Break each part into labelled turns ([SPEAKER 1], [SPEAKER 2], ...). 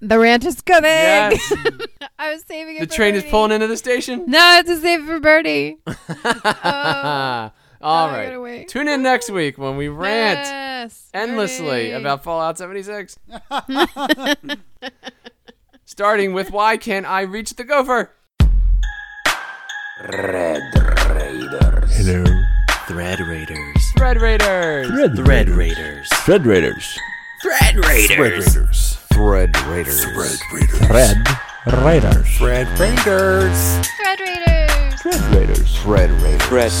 [SPEAKER 1] The rant is coming.
[SPEAKER 2] Yes.
[SPEAKER 1] I was saving it.
[SPEAKER 2] the
[SPEAKER 1] for
[SPEAKER 2] train is
[SPEAKER 1] Birdie.
[SPEAKER 2] pulling into the station.
[SPEAKER 1] No, it's a save it for Birdie.
[SPEAKER 2] All
[SPEAKER 1] I
[SPEAKER 2] right.
[SPEAKER 1] gotta wait.
[SPEAKER 2] Tune in next week when we rant
[SPEAKER 1] Yes, Birdie.
[SPEAKER 2] endlessly about Fallout 76. Starting with why can't I reach the gopher?
[SPEAKER 3] Hello.
[SPEAKER 4] Thread Raiders.
[SPEAKER 2] Thread Raiders.
[SPEAKER 4] Thread Raiders.
[SPEAKER 3] Thread Raiders.
[SPEAKER 4] Thread Raiders.
[SPEAKER 3] Thread Raiders. Thread Raiders. Thread Raiders.
[SPEAKER 4] Thread Raiders.
[SPEAKER 1] Thread Raiders.
[SPEAKER 3] Thread Raiders. Thread Raiders.
[SPEAKER 4] Thread Raiders.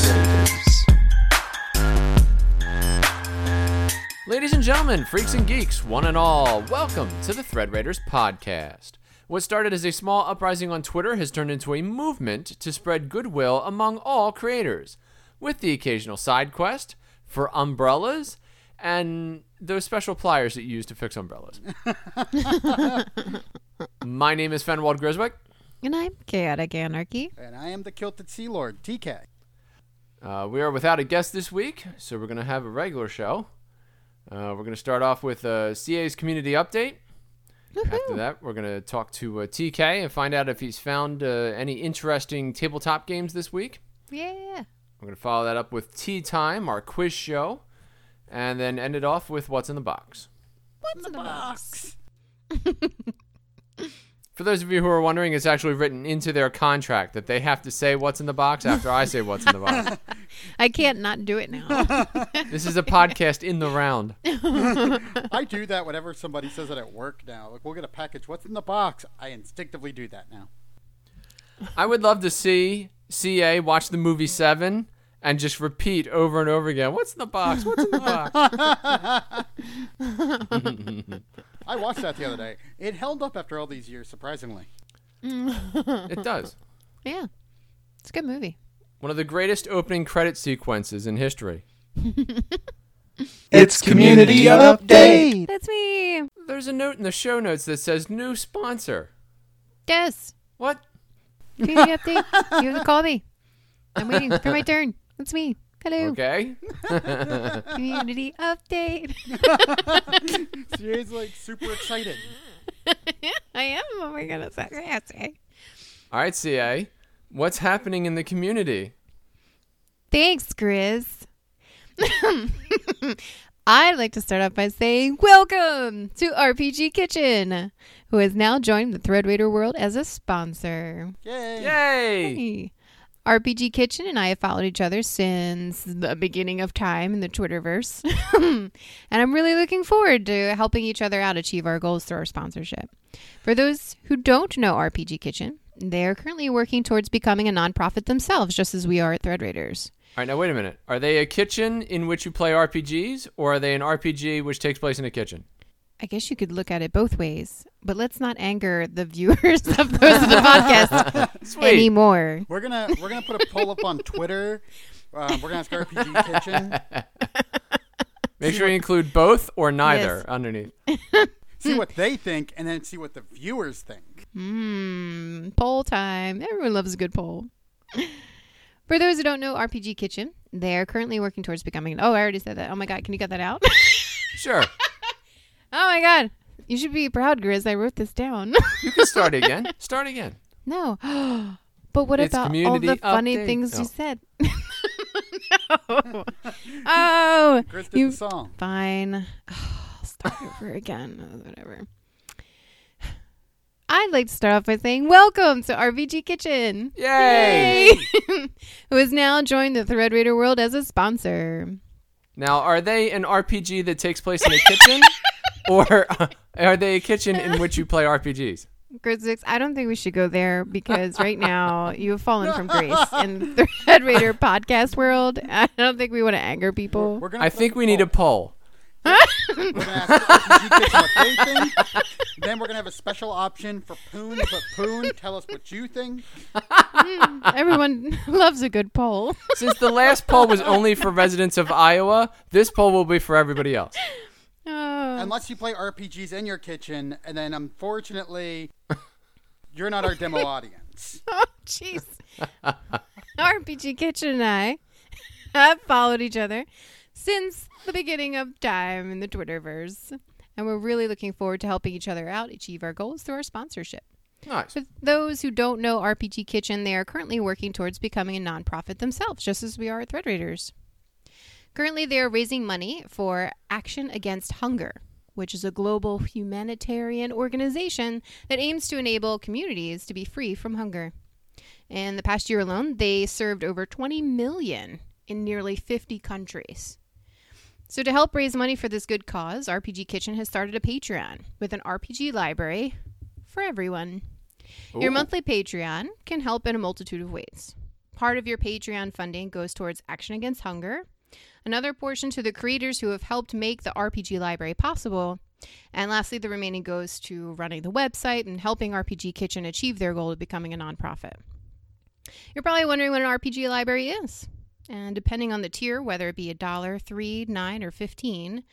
[SPEAKER 2] Ladies and gentlemen, freaks and geeks, one and all, welcome to the Thread Raiders podcast. What started as a small uprising on Twitter has turned into a movement to spread goodwill among all creators, with the occasional side quest for umbrellas and those special pliers that you use to fix umbrellas. My name is Fenwald Griswick.
[SPEAKER 1] And I'm chaotic anarchy.
[SPEAKER 5] And I am the Kilted Sea Lord, TK.
[SPEAKER 2] Uh, we are without a guest this week, so we're going to have a regular show. Uh, we're going to start off with uh, CA's community update. After that, we're going to talk to uh, TK and find out if he's found uh, any interesting tabletop games this week.
[SPEAKER 1] Yeah.
[SPEAKER 2] We're going to follow that up with Tea Time, our quiz show, and then end it off with What's in the Box.
[SPEAKER 1] What's in the box?
[SPEAKER 2] For those of you who are wondering, it's actually written into their contract that they have to say what's in the box after I say what's in the box.
[SPEAKER 1] I can't not do it now.
[SPEAKER 2] This is a podcast in the round.
[SPEAKER 5] I do that whenever somebody says it at work now. Like, we'll get a package. What's in the box? I instinctively do that now.
[SPEAKER 2] I would love to see CA watch the movie Seven and just repeat over and over again. What's in the box? What's in the box?
[SPEAKER 5] I watched that the other day. It held up after all these years, surprisingly.
[SPEAKER 2] it does.
[SPEAKER 1] yeah. It's a good movie.
[SPEAKER 2] One of the greatest opening credit sequences in history.
[SPEAKER 3] It's community update.
[SPEAKER 1] That's me.
[SPEAKER 2] There's a note in the show notes that says new sponsor.
[SPEAKER 1] Yes.
[SPEAKER 2] What?
[SPEAKER 1] Community update. You have to call me. I'm waiting for my turn. That's me. Hello.
[SPEAKER 2] Okay.
[SPEAKER 1] Community update.
[SPEAKER 5] She's like super excited.
[SPEAKER 1] I am. Oh my goodness. That's crazy.
[SPEAKER 2] All right, CA. What's happening in the community?
[SPEAKER 1] Thanks, Grizz. I'd like to start off by saying welcome to RPG Kitchen, who has now joined the Thread Raider world as a sponsor.
[SPEAKER 5] Yay.
[SPEAKER 2] Yay!
[SPEAKER 1] Hey. RPG Kitchen and I have followed each other since the beginning of time in the Twitterverse. and I'm really looking forward to helping each other out achieve our goals through our sponsorship. For those who don't know RPG Kitchen, they are currently working towards becoming a nonprofit themselves, just as we are at Thread Raiders.
[SPEAKER 2] All right, now wait a minute. Are they a kitchen in which you play RPGs, or are they an RPG which takes place in a kitchen?
[SPEAKER 1] I guess you could look at it both ways, but let's not anger the viewers of those of the podcast
[SPEAKER 2] Sweet.
[SPEAKER 1] anymore.
[SPEAKER 5] We're gonna we're gonna put a poll up on Twitter. Um, we're gonna ask RPG Kitchen.
[SPEAKER 2] Make sure you include both or neither
[SPEAKER 1] Yes.
[SPEAKER 2] underneath.
[SPEAKER 5] See what they think, and then see what the viewers think.
[SPEAKER 1] Mm, poll time. Everyone loves a good poll. For those who don't know RPG Kitchen, they are currently working towards becoming. Oh, I already said that. Oh my God, can you cut that out?
[SPEAKER 2] Sure.
[SPEAKER 1] oh my God, you should be proud, Grizz. I wrote this down.
[SPEAKER 2] You can start again. Start again.
[SPEAKER 1] no, but what
[SPEAKER 2] It's
[SPEAKER 1] about all
[SPEAKER 2] community
[SPEAKER 1] the funny
[SPEAKER 2] update.
[SPEAKER 1] things
[SPEAKER 2] Oh.
[SPEAKER 1] you said? no. Oh,
[SPEAKER 5] Chris did
[SPEAKER 1] you
[SPEAKER 5] the song.
[SPEAKER 1] fine. I'll start over again. Whatever. I'd like to start off by saying welcome to RVG Kitchen.
[SPEAKER 2] Yay!
[SPEAKER 1] who has now joined the Thread Raider world as a sponsor.
[SPEAKER 2] Now, are they an RPG that takes place in a kitchen, or uh, are they a kitchen in which you play RPGs?
[SPEAKER 1] Grizzix, I don't think we should go there because right now you have fallen from grace in the Thread Raider podcast world. I don't think we want to anger people.
[SPEAKER 5] We're gonna.
[SPEAKER 2] I
[SPEAKER 5] put
[SPEAKER 2] think we need a poll.
[SPEAKER 5] poll. We're gonna ask RPG Kitchen what they think. Then we're gonna have a special option for Poon. But Poon, tell us what you think.
[SPEAKER 1] Everyone loves a good poll.
[SPEAKER 2] Since the last poll was only for residents of Iowa, this poll will be for everybody else.
[SPEAKER 1] Oh.
[SPEAKER 5] Unless you play RPGs in your kitchen, and then unfortunately, you're not our demo audience.
[SPEAKER 1] Oh, jeez. RPG Kitchen and I have followed each other since the beginning of time in the Twitterverse. and we're really looking forward to helping each other out achieve our goals through our sponsorship.
[SPEAKER 2] Nice.
[SPEAKER 1] For those who don't know RPG Kitchen, they are currently working towards becoming a nonprofit themselves, just as we are at Thread Raiders. Currently, they are raising money for Action Against Hunger, which is a global humanitarian organization that aims to enable communities to be free from hunger. In the past year alone, they served over 20 million in nearly 50 countries. So, to help raise money for this good cause, RPG Kitchen has started a Patreon with an RPG library for everyone. Your
[SPEAKER 2] Ooh.
[SPEAKER 1] monthly Patreon can help in a multitude of ways. Part of your Patreon funding goes towards Action Against Hunger, another portion to the creators who have helped make the RPG library possible, and lastly, the remaining goes to running the website and helping RPG Kitchen achieve their goal of becoming a nonprofit. You're probably wondering what an RPG library is. And depending on the tier, whether it be a dollar, three, nine, or fifteen,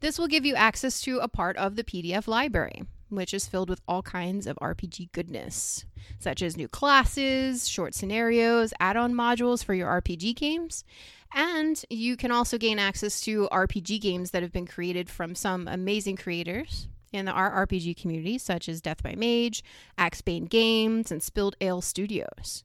[SPEAKER 1] this will give you access to a part of the PDF library, which is filled with all kinds of RPG goodness, such as new classes, short scenarios, add on modules for your RPG games. And you can also gain access to RPG games that have been created from some amazing creators in the RPG community, such as Death by Mage, Axebane Games, and Spilled Ale Studios.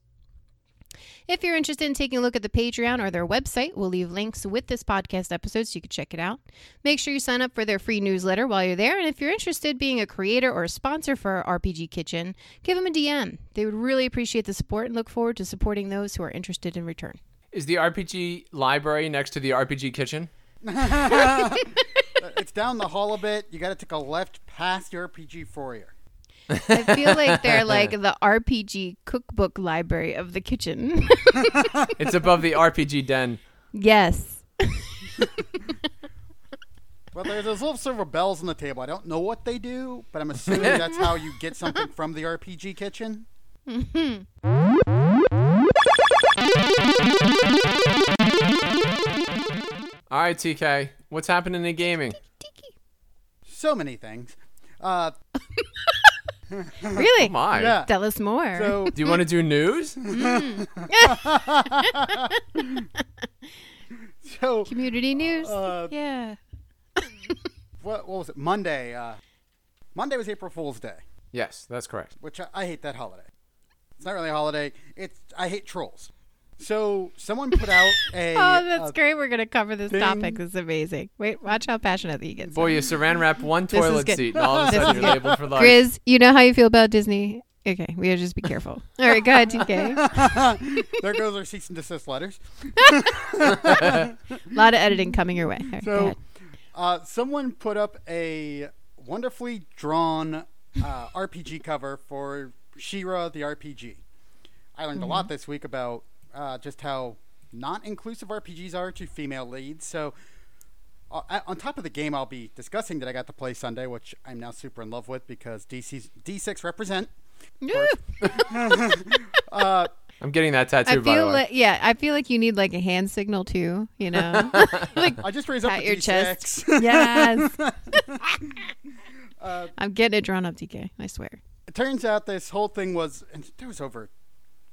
[SPEAKER 1] If you're interested in taking a look at the Patreon or their website, we'll leave links with this podcast episode so you can check it out. Make sure you sign up for their free newsletter while you're there. And if you're interested in being a creator or a sponsor for RPG Kitchen, give them a DM. They would really appreciate the support and look forward to supporting those who are interested in return.
[SPEAKER 2] Is the RPG library next to the RPG kitchen?
[SPEAKER 5] It's down the hall a bit. You got to take a left past your RPG foyer.
[SPEAKER 1] I feel like they're like the RPG cookbook library of the kitchen.
[SPEAKER 2] It's above the RPG den.
[SPEAKER 1] yes.
[SPEAKER 5] Well, there's those little silver bells on the table. I don't know what they do, but I'm assuming that's how you get something from the RPG kitchen.
[SPEAKER 2] All right, TK. What's happening in gaming?
[SPEAKER 5] So many things. Uh,
[SPEAKER 1] Really?
[SPEAKER 2] Oh my.
[SPEAKER 5] yeah.
[SPEAKER 1] Tell us more.
[SPEAKER 5] So
[SPEAKER 2] Do you want to do news?
[SPEAKER 5] so
[SPEAKER 1] Community news.
[SPEAKER 5] Uh,
[SPEAKER 1] yeah.
[SPEAKER 5] what, what was it? Monday. Uh, Monday was April Fool's Day,
[SPEAKER 2] yes, that's correct.
[SPEAKER 5] which I, I hate that holiday. It's not really a holiday. It's I hate trolls. So someone put out a
[SPEAKER 1] Oh, that's
[SPEAKER 5] uh,
[SPEAKER 1] great. We're going to cover this
[SPEAKER 5] thing.
[SPEAKER 1] topic. This is amazing. Wait, watch how passionate he gets.
[SPEAKER 2] Boy, you saran wrap one
[SPEAKER 1] is
[SPEAKER 2] toilet
[SPEAKER 1] good.
[SPEAKER 2] seat, and all of a
[SPEAKER 1] This
[SPEAKER 2] sudden
[SPEAKER 1] is
[SPEAKER 2] you're
[SPEAKER 1] good.
[SPEAKER 2] labeled for life.
[SPEAKER 1] Grizz, you know how you feel about Disney. Okay, we gotta just be careful. All right, go ahead, TK.
[SPEAKER 5] there goes our cease and desist letters.
[SPEAKER 1] A lot of editing coming your way. All right, go
[SPEAKER 5] So,
[SPEAKER 1] ahead.
[SPEAKER 5] uh, someone put up a wonderfully drawn uh, RPG cover for Shira the RPG. I learned a lot
[SPEAKER 1] Mm-hmm.
[SPEAKER 5] this week about uh, just how non-inclusive RPGs are to female leads. So, uh, I- on top of the game I'll be discussing that I got to play Sunday, which I'm now super in love with because DC's, D6 represent.
[SPEAKER 1] Woo!
[SPEAKER 2] I'm getting that
[SPEAKER 1] I
[SPEAKER 2] tattoo, by the
[SPEAKER 1] feel
[SPEAKER 2] way.
[SPEAKER 1] like yeah, I feel like you need like a hand signal too. You know, like
[SPEAKER 5] I just raised up
[SPEAKER 1] pat
[SPEAKER 5] the
[SPEAKER 1] your
[SPEAKER 5] D6.
[SPEAKER 1] chest. Yes.
[SPEAKER 2] Uh,
[SPEAKER 1] I'm getting it drawn up, TK. I swear.
[SPEAKER 5] it turns out this whole thing was and there was over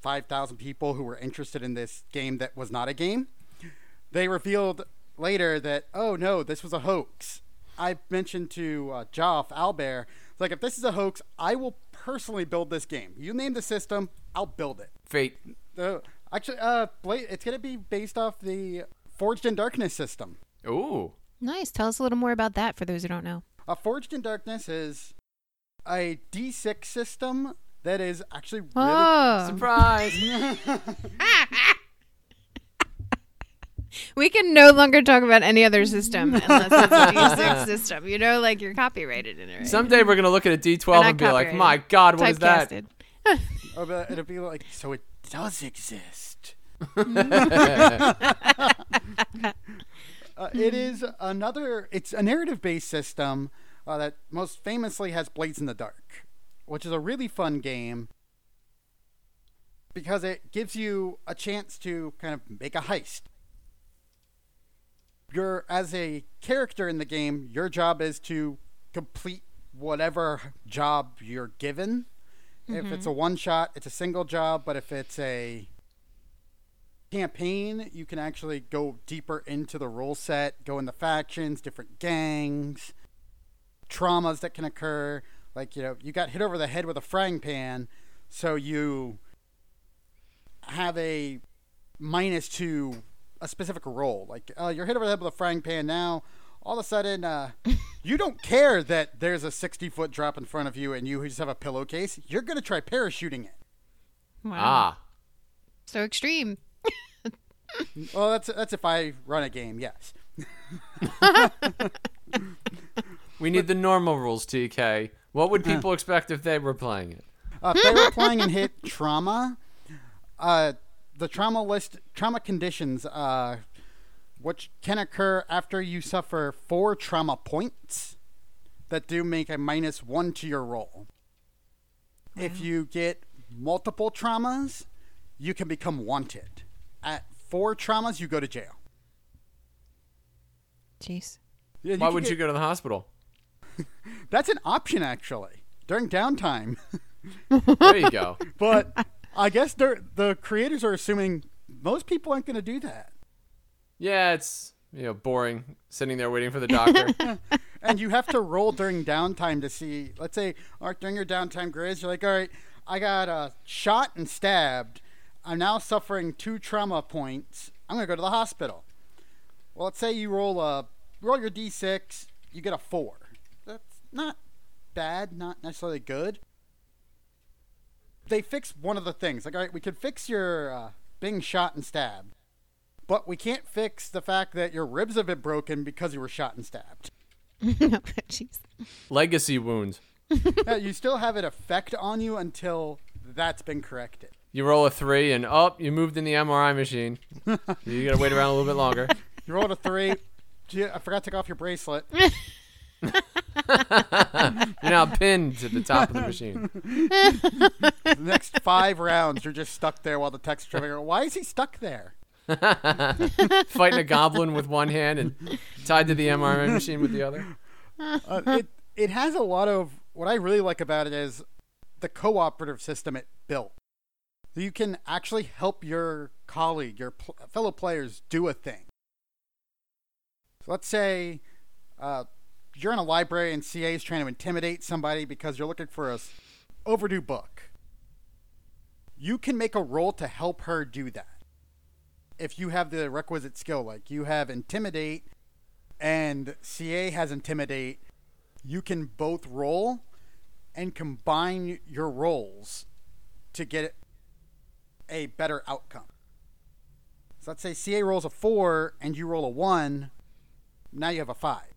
[SPEAKER 5] 5000 people who were interested in this game that was not a game they revealed later that oh no this was a hoax i mentioned to uh, joff albert like if this is a hoax i will personally build this game you name the system i'll build it
[SPEAKER 2] Fate.
[SPEAKER 5] uh, actually uh Bla it's going to be based off the forged in darkness system
[SPEAKER 2] Ooh.
[SPEAKER 1] Nice. Tell us a little more about that for those who don't know.
[SPEAKER 5] A Forged in Darkness is a D6 system that is actually really.
[SPEAKER 1] Oh,
[SPEAKER 2] Surprise.
[SPEAKER 1] we can no longer talk about any other system unless it's a D6 system. You know, like you're copyrighted in it. Right?
[SPEAKER 2] Someday we're going to look at a D12
[SPEAKER 1] Not
[SPEAKER 2] and be like,
[SPEAKER 1] copyrighted.
[SPEAKER 2] my God, what is that?
[SPEAKER 1] Typecasted.
[SPEAKER 5] Or the- it'll be like, so it does exist. uh, it is another. It's a narrative-based system uh, that most famously has Blades in the Dark, which is a really fun game because it gives you a chance to kind of make a heist. You're as a character in the game, your job is to complete whatever job you're given. If it's a one shot, it's a single job, but if it's a campaign, you can actually go deeper into the rule set, go into factions, different gangs, traumas that can occur. Like, you know, you got hit over the head with a frying pan, so you have a minus to a specific role. Like, uh, you're hit over the head with a frying pan now. All of a sudden, uh, you don't care that there's a 60 foot drop in front of you and you just have a pillowcase. You're going to try parachuting it.
[SPEAKER 1] Wow.
[SPEAKER 2] Ah,
[SPEAKER 1] So extreme.
[SPEAKER 5] Well, that's, that's if I run a game, yes.
[SPEAKER 2] we need the normal rules, TK. What would people expect if they were playing it?
[SPEAKER 5] Uh, if they were playing and hit trauma, uh, the trauma list, trauma conditions, uh, which can occur after you suffer four trauma points that do make a minus one to your roll. If you get multiple traumas, you can become wanted. At four traumas, you go to jail.
[SPEAKER 1] Jeez.
[SPEAKER 5] Yeah,
[SPEAKER 2] Why
[SPEAKER 5] can
[SPEAKER 2] would
[SPEAKER 5] get-
[SPEAKER 2] you go to the hospital?
[SPEAKER 5] That's an option, actually, during downtime.
[SPEAKER 2] There you go.
[SPEAKER 5] but I guess they're- the creators are assuming most people aren't going to do that.
[SPEAKER 2] Yeah, it's you know boring sitting there waiting for the doctor.
[SPEAKER 5] and you have to roll during downtime to see. Let's say, all right, during your downtime, Grizz, you're like, all right, I got uh, shot and stabbed. I'm now suffering two trauma points. I'm gonna go to the hospital. Well, let's say you roll a roll your d6. You get a four. That's not bad, not necessarily good. They fix one of the things. Like, all right, we can fix your uh, being shot and stabbed, but we can't fix the fact that your ribs have been broken because you were shot and stabbed.
[SPEAKER 1] Jeez.
[SPEAKER 2] Legacy wounds.
[SPEAKER 5] No, you still have an effect on you until that's been corrected.
[SPEAKER 2] You roll a three and up. you moved in the MRI machine. You gotta wait around a little bit longer.
[SPEAKER 5] You rolled a three. Gee, I forgot to take off your bracelet.
[SPEAKER 2] You're now pinned to the top of the machine.
[SPEAKER 5] The next five rounds, you're just stuck there while the text traffic. Why is he stuck there?
[SPEAKER 2] Fighting a goblin with one hand and tied to the MRI machine with the other.
[SPEAKER 5] Uh, it it has a lot of what I really like about it is the cooperative system it built. So you can actually help your colleague, your pl- fellow players, do a thing. So let's say uh, you're in a library and CA is trying to intimidate somebody because you're looking for a s- overdue book. You can make a roll to help her do that. If you have the requisite skill, like you have intimidate and CA has intimidate, you can both roll and combine your rolls to get a better outcome. So let's say CA rolls a four and you roll a one, now you have a five,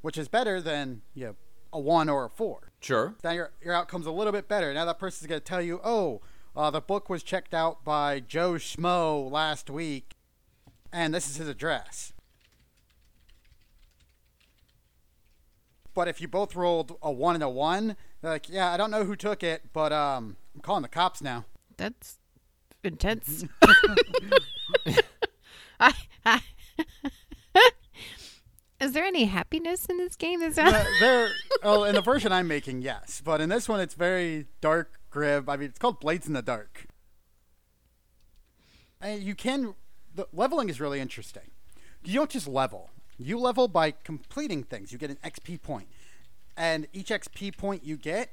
[SPEAKER 5] which is better than you know, a one or a four
[SPEAKER 2] Sure.
[SPEAKER 5] now your, your outcome's a little bit better. Now that person's going to tell you, oh, uh, the book was checked out by Joe Schmo last week, and this is his address. But if you both rolled a one and a one, they're like, yeah, I don't know who took it, but um, I'm calling the cops now.
[SPEAKER 1] That's intense. I, I Is there any happiness in this game? This
[SPEAKER 5] Uh, there, oh, in the version I'm making, yes, but in this one, it's very dark, grim. I mean, it's called Blades in the Dark. And you can, the leveling is really interesting. You don't just level; you level by completing things. You get an XP point, and each XP point you get,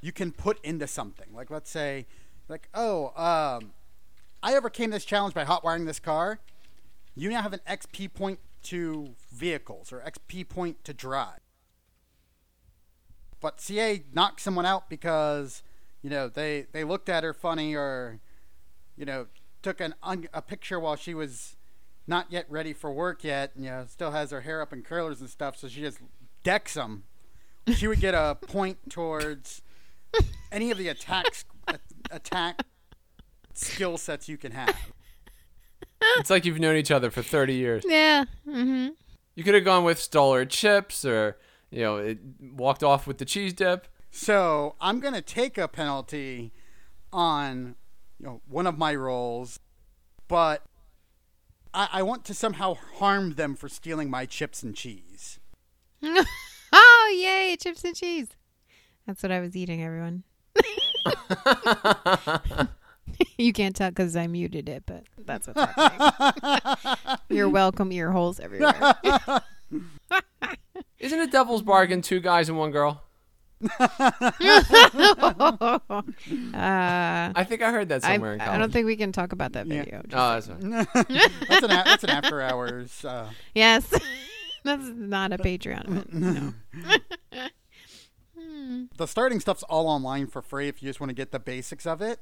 [SPEAKER 5] you can put into something. Like let's say, like oh, um, I overcame this challenge by hotwiring this car. You now have an XP point to vehicles or XP point to drive but CA knocked someone out because you know they they looked at her funny or you know took an un, a picture while she was not yet ready for work yet and, you know still has her hair up in curlers and stuff so she just decks them she would get a point towards any of the attacks a- attack skill sets you can have
[SPEAKER 2] It's like you've known each other for 30 years.
[SPEAKER 1] yeah. Mm-hmm.
[SPEAKER 2] You could have gone with stole her chips or, you know, it walked off with the cheese dip.
[SPEAKER 5] So I'm gonna take a penalty on you know one of my rolls, but I, I want to somehow harm them for stealing my chips and cheese.
[SPEAKER 1] oh, yay, chips and cheese. That's what I was eating, everyone. you can't tell because I muted it, but that's what's happening. You're welcome, ear holes everywhere.
[SPEAKER 2] Isn't it Devil's Bargain? Two guys and one girl. I think I heard that
[SPEAKER 1] Uh, I,
[SPEAKER 2] somewhere in college.
[SPEAKER 1] I don't think we can talk about that
[SPEAKER 5] Yeah.
[SPEAKER 1] video. Just-
[SPEAKER 2] Oh, that's right.
[SPEAKER 5] That's an, a- that's an after hours. Uh,
[SPEAKER 1] Yes. That's not a Patreon event. No.
[SPEAKER 5] the starting stuff's all online for free if you just want to get the basics of it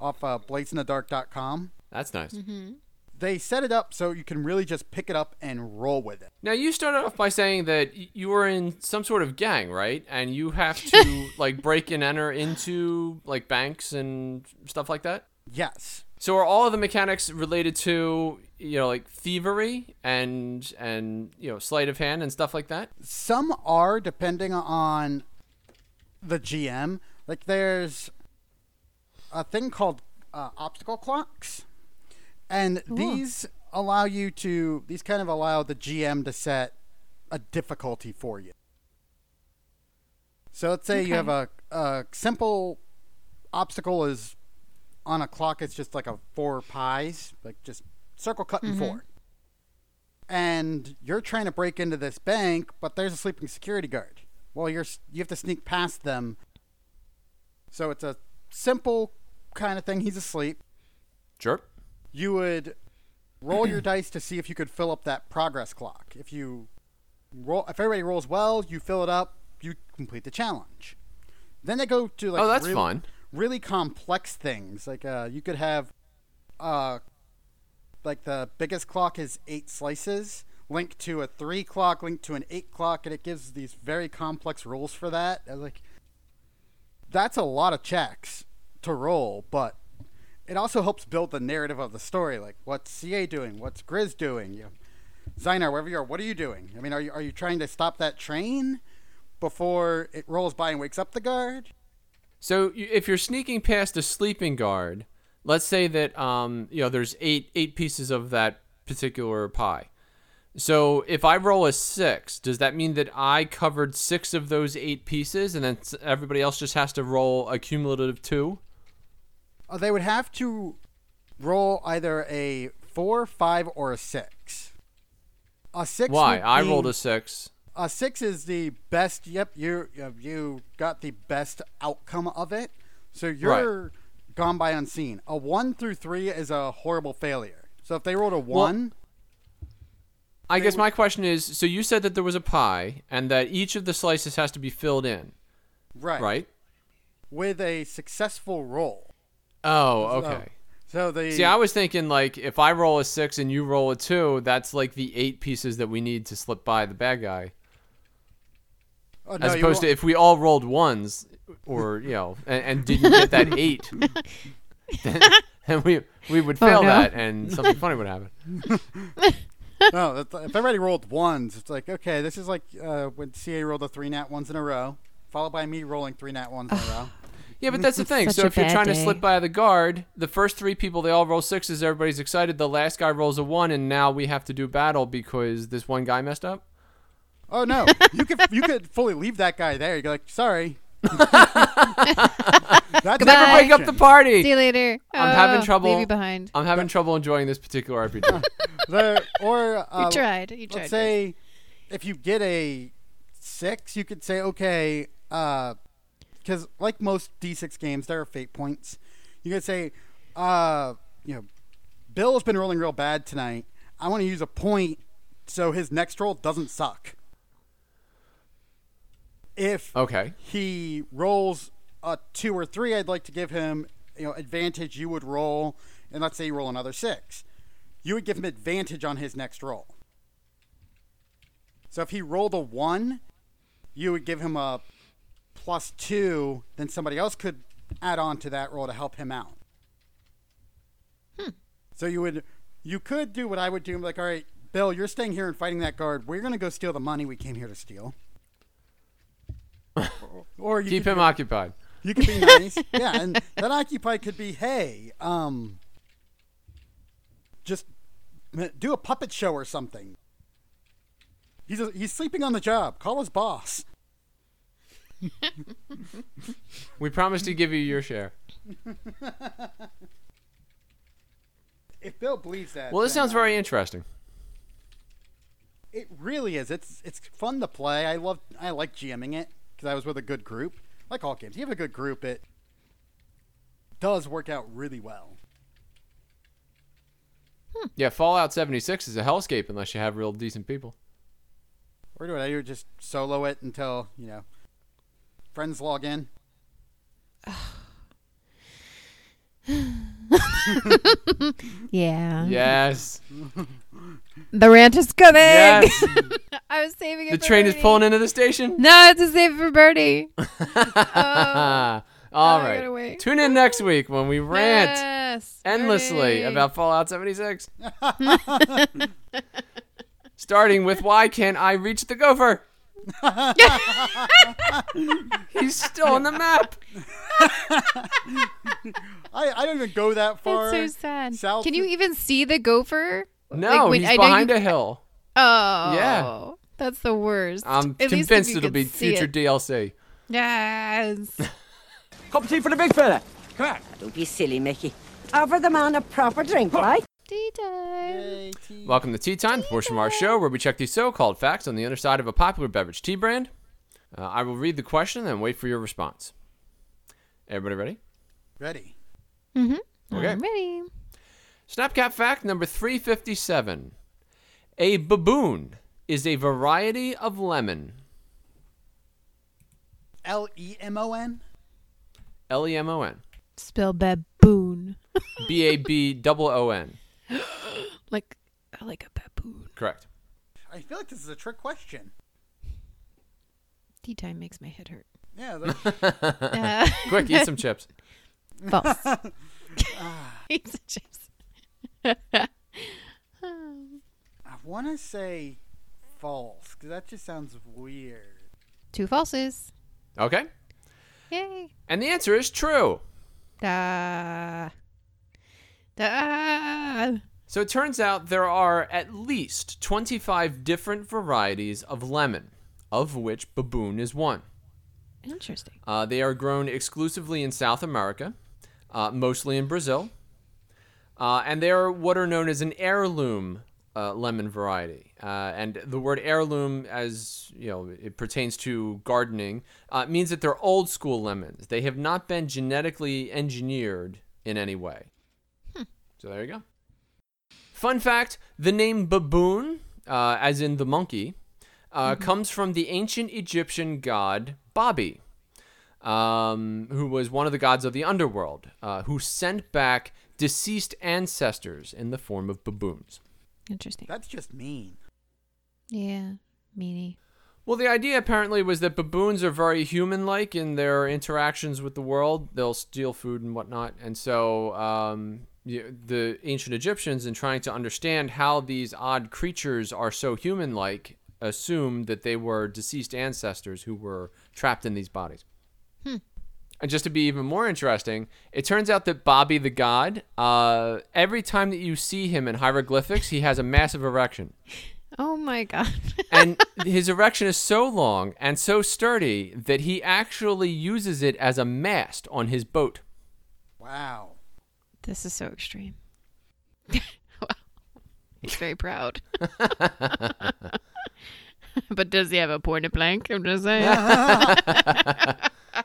[SPEAKER 5] off uh, bladesinthedark.com.
[SPEAKER 2] That's nice.
[SPEAKER 1] Mm-hmm.
[SPEAKER 5] They set it up so you can really just pick it up and roll with it.
[SPEAKER 2] Now you started off by saying that y- you were in some sort of gang, right? And you have to like break and enter into like banks and stuff like that.
[SPEAKER 5] Yes.
[SPEAKER 2] So are all of the mechanics related to you know like thievery and and you know sleight of hand and stuff like that?
[SPEAKER 5] Some are depending on the GM. Like there's a thing called uh, obstacle clocks, and these allow you to these kind of allow the GM to set a difficulty for you. So let's say you have a, a simple obstacle is on a clock. It's just like a four pies, like just circle cut in four. And you're trying to break into this bank, but there's a sleeping security guard. Well, you're s- you have to sneak past them. So it's a simple kind of thing. He's asleep.
[SPEAKER 2] Sure.
[SPEAKER 5] You would roll your dice to see if you could fill up that progress clock. If you roll, if everybody rolls well, you fill it up. You complete the challenge. Then they go to like
[SPEAKER 2] Oh, that's
[SPEAKER 5] real-
[SPEAKER 2] fun.
[SPEAKER 5] really complex things. Like uh, you could have, uh, like the biggest clock is eight slices, linked to a three clock, linked to an eight clock, and it gives these very complex rules for that. I was like, that's a lot of checks to roll, but it also helps build the narrative of the story. Like, what's CA doing? What's Grizz doing? You, Zynar, wherever you are, what are you doing? I mean, are you are you trying to stop that train? Before it rolls by and wakes up the guard,
[SPEAKER 2] So you, if you're sneaking past a sleeping guard, let's say that um, you know there's eight eight pieces of that particular pie. So if I roll a six, does that mean that I covered six of those eight pieces, and then s- everybody else just has to roll a cumulative two?
[SPEAKER 5] Uh, they would have to roll either a four, five, or a six. A six.
[SPEAKER 2] Why?
[SPEAKER 5] would
[SPEAKER 2] I
[SPEAKER 5] be-
[SPEAKER 2] rolled a six.
[SPEAKER 5] A Uh, six is the best. Yep, you you- you got the best outcome of it. So you're gone by unseen. A one through three is a horrible failure. So if they rolled a one,
[SPEAKER 2] I guess my question is: so you said that there was a pie, and that each of the slices has to be filled in,
[SPEAKER 5] right,
[SPEAKER 2] right?
[SPEAKER 5] with a successful roll.
[SPEAKER 2] Oh,
[SPEAKER 5] uh,
[SPEAKER 2] okay.
[SPEAKER 5] So the
[SPEAKER 2] See, I was thinking like if I roll a six and you roll a two, that's like the eight pieces that we need to slip by the bad guy.
[SPEAKER 5] oh, no,
[SPEAKER 2] As
[SPEAKER 5] you
[SPEAKER 2] opposed to
[SPEAKER 5] roll-
[SPEAKER 2] if we all rolled ones, or you know, and, and didn't get that eight, then, then we we would fail
[SPEAKER 1] no.
[SPEAKER 2] that, and something funny would happen.
[SPEAKER 5] no, that's- if everybody rolled ones, it's like okay, this is like uh, when CA rolled the three nat ones in a row, followed by me rolling three nat ones in a row.
[SPEAKER 2] Yeah, but that's the thing.
[SPEAKER 1] such
[SPEAKER 2] So
[SPEAKER 1] a
[SPEAKER 2] if you're
[SPEAKER 1] bad
[SPEAKER 2] trying to
[SPEAKER 1] day.
[SPEAKER 2] slip by the guard, the first three people they all roll sixes. Everybody's excited. The last guy rolls a one, and now we have to do battle because this one guy messed up.
[SPEAKER 5] Oh no, you could you could fully leave that guy there. You're like, sorry. That's
[SPEAKER 1] Goodbye.
[SPEAKER 2] Break up the party.
[SPEAKER 1] See you later.
[SPEAKER 2] I'm having
[SPEAKER 1] Oh,
[SPEAKER 2] trouble. uh,
[SPEAKER 1] Leave you behind.
[SPEAKER 2] I'm having trouble enjoying this particular RPG.
[SPEAKER 5] the, or
[SPEAKER 1] you
[SPEAKER 5] uh,
[SPEAKER 1] tried. You tried.
[SPEAKER 5] let's say if you get a six, you could say okay, because like most D6 games, there are fate points. You could say, uh, you know, Bill's been rolling real bad tonight. I want to use a point so his next roll doesn't suck. If
[SPEAKER 2] Okay.
[SPEAKER 5] he rolls a two or three, I'd like to give him you know advantage. You would roll, and let's say you roll another six, you would give him advantage on his next roll. So if he rolled a one, you would give him a plus two. Then somebody else could add on to that roll to help him out.
[SPEAKER 2] Hmm.
[SPEAKER 5] So you would, you could do what I would do. Like, all right, Bill, you're staying here and fighting that guard. We're gonna go steal the money we came here to steal. or you
[SPEAKER 2] Keep
[SPEAKER 5] could
[SPEAKER 2] him occupied.
[SPEAKER 5] you could be nice. yeah, and that occupy could be, hey, um, just m- do a puppet show or something. He's a, he's sleeping on the job. Call his boss.
[SPEAKER 2] We promised to give you your share.
[SPEAKER 5] If Bill believes that.
[SPEAKER 2] Well, this
[SPEAKER 5] then,
[SPEAKER 2] sounds
[SPEAKER 5] uh,
[SPEAKER 2] very interesting.
[SPEAKER 5] It really is. It's it's fun to play. I love I like GMing it because I was with a good group. Like all games, you have a good group, it does work out really well.
[SPEAKER 2] Yeah, Fallout 76 is a hellscape unless you have real decent people.
[SPEAKER 5] Or do I do just solo it until you know friends log in?
[SPEAKER 1] Yeah.
[SPEAKER 2] Yes.
[SPEAKER 1] The rant is coming.
[SPEAKER 2] Yes.
[SPEAKER 1] I was saving it.
[SPEAKER 2] The
[SPEAKER 1] for
[SPEAKER 2] train is
[SPEAKER 1] Bernie.
[SPEAKER 2] pulling into the station.
[SPEAKER 1] No, it's a save for Bernie. Oh.
[SPEAKER 2] Ah, All right.
[SPEAKER 1] gotta wait.
[SPEAKER 2] Tune in next week when we rant
[SPEAKER 1] Yes,
[SPEAKER 2] endlessly
[SPEAKER 1] Bernie.
[SPEAKER 2] about Fallout 76. Starting with why can't I reach the gopher? He's still on the map.
[SPEAKER 5] I, I don't even go that far.
[SPEAKER 1] That's so sad.
[SPEAKER 5] South-
[SPEAKER 1] Can you even see the gopher?
[SPEAKER 2] No,
[SPEAKER 1] when-
[SPEAKER 2] he's
[SPEAKER 1] I know
[SPEAKER 2] behind
[SPEAKER 1] you-
[SPEAKER 2] a hill.
[SPEAKER 1] Oh,
[SPEAKER 2] Yeah.
[SPEAKER 1] That's the worst.
[SPEAKER 2] I'm
[SPEAKER 1] At least if
[SPEAKER 2] convinced
[SPEAKER 1] you
[SPEAKER 2] it'll
[SPEAKER 1] could
[SPEAKER 2] be
[SPEAKER 1] see
[SPEAKER 2] future
[SPEAKER 1] It.
[SPEAKER 2] DLC.
[SPEAKER 1] Yes.
[SPEAKER 6] Cup of tea for the big fella. Come here.
[SPEAKER 7] Don't be silly, Mickey. Offer the man a proper drink, right?
[SPEAKER 1] Tea time.
[SPEAKER 2] Welcome to Tea Time, the portion of our show where we check the so called facts on the underside of a popular beverage tea brand. Uh, I will read the question and wait for your response. Everybody ready?
[SPEAKER 5] Ready?
[SPEAKER 2] Okay.
[SPEAKER 1] I'm ready.
[SPEAKER 2] Snapcap fact number 357 A baboon is a variety of lemon.
[SPEAKER 5] L E M O N.
[SPEAKER 2] L E M O N.
[SPEAKER 1] Spell baboon.
[SPEAKER 2] B A B O O N.
[SPEAKER 1] Like like a baboon.
[SPEAKER 2] Correct.
[SPEAKER 5] I feel like this is a trick question.
[SPEAKER 1] Tea time makes my head hurt.
[SPEAKER 5] Yeah, that's
[SPEAKER 1] Uh,
[SPEAKER 2] Quick, eat some chips.
[SPEAKER 1] false.
[SPEAKER 2] Ah.
[SPEAKER 1] Pizza chips.
[SPEAKER 5] I want to say false because that just sounds weird.
[SPEAKER 1] Two falses.
[SPEAKER 2] Okay.
[SPEAKER 1] Yay.
[SPEAKER 2] And the answer is true.
[SPEAKER 1] Da. Da.
[SPEAKER 2] So it turns out there are at least 25 different varieties of lemon, of which baboon is one.
[SPEAKER 1] Interesting.
[SPEAKER 2] Uh, they are grown exclusively in South America, uh, mostly in Brazil, uh, and they are what are known as an heirloom uh, lemon variety. Uh, and the word heirloom, as you know, it pertains to gardening, uh, means that they're old school lemons. They have not been genetically engineered in any way. So there you go. Fun fact: the name baboon, uh, as in the monkey, uh, comes from the ancient Egyptian god Babi um, who was one of the gods of the underworld, uh, who sent back deceased ancestors in the form of baboons.
[SPEAKER 1] Interesting.
[SPEAKER 5] That's just mean.
[SPEAKER 1] Yeah. Meanie.
[SPEAKER 2] Well, the idea apparently was that baboons are very human like in their interactions with the world. They'll steal food and whatnot. And so um, you- the ancient Egyptians, in trying to understand how these odd creatures are so human like, assumed that they were deceased ancestors who were trapped in these bodies. And just to be even more interesting, it turns out that Bobby the God, uh, every time that you see him in hieroglyphics, he has a massive erection
[SPEAKER 1] Oh my god.
[SPEAKER 2] and his erection is so long and so sturdy that he actually uses it as a mast on his boat.
[SPEAKER 5] Wow.
[SPEAKER 1] this is so extreme. wow. He's very proud. but does he have a point of blank? I'm just saying.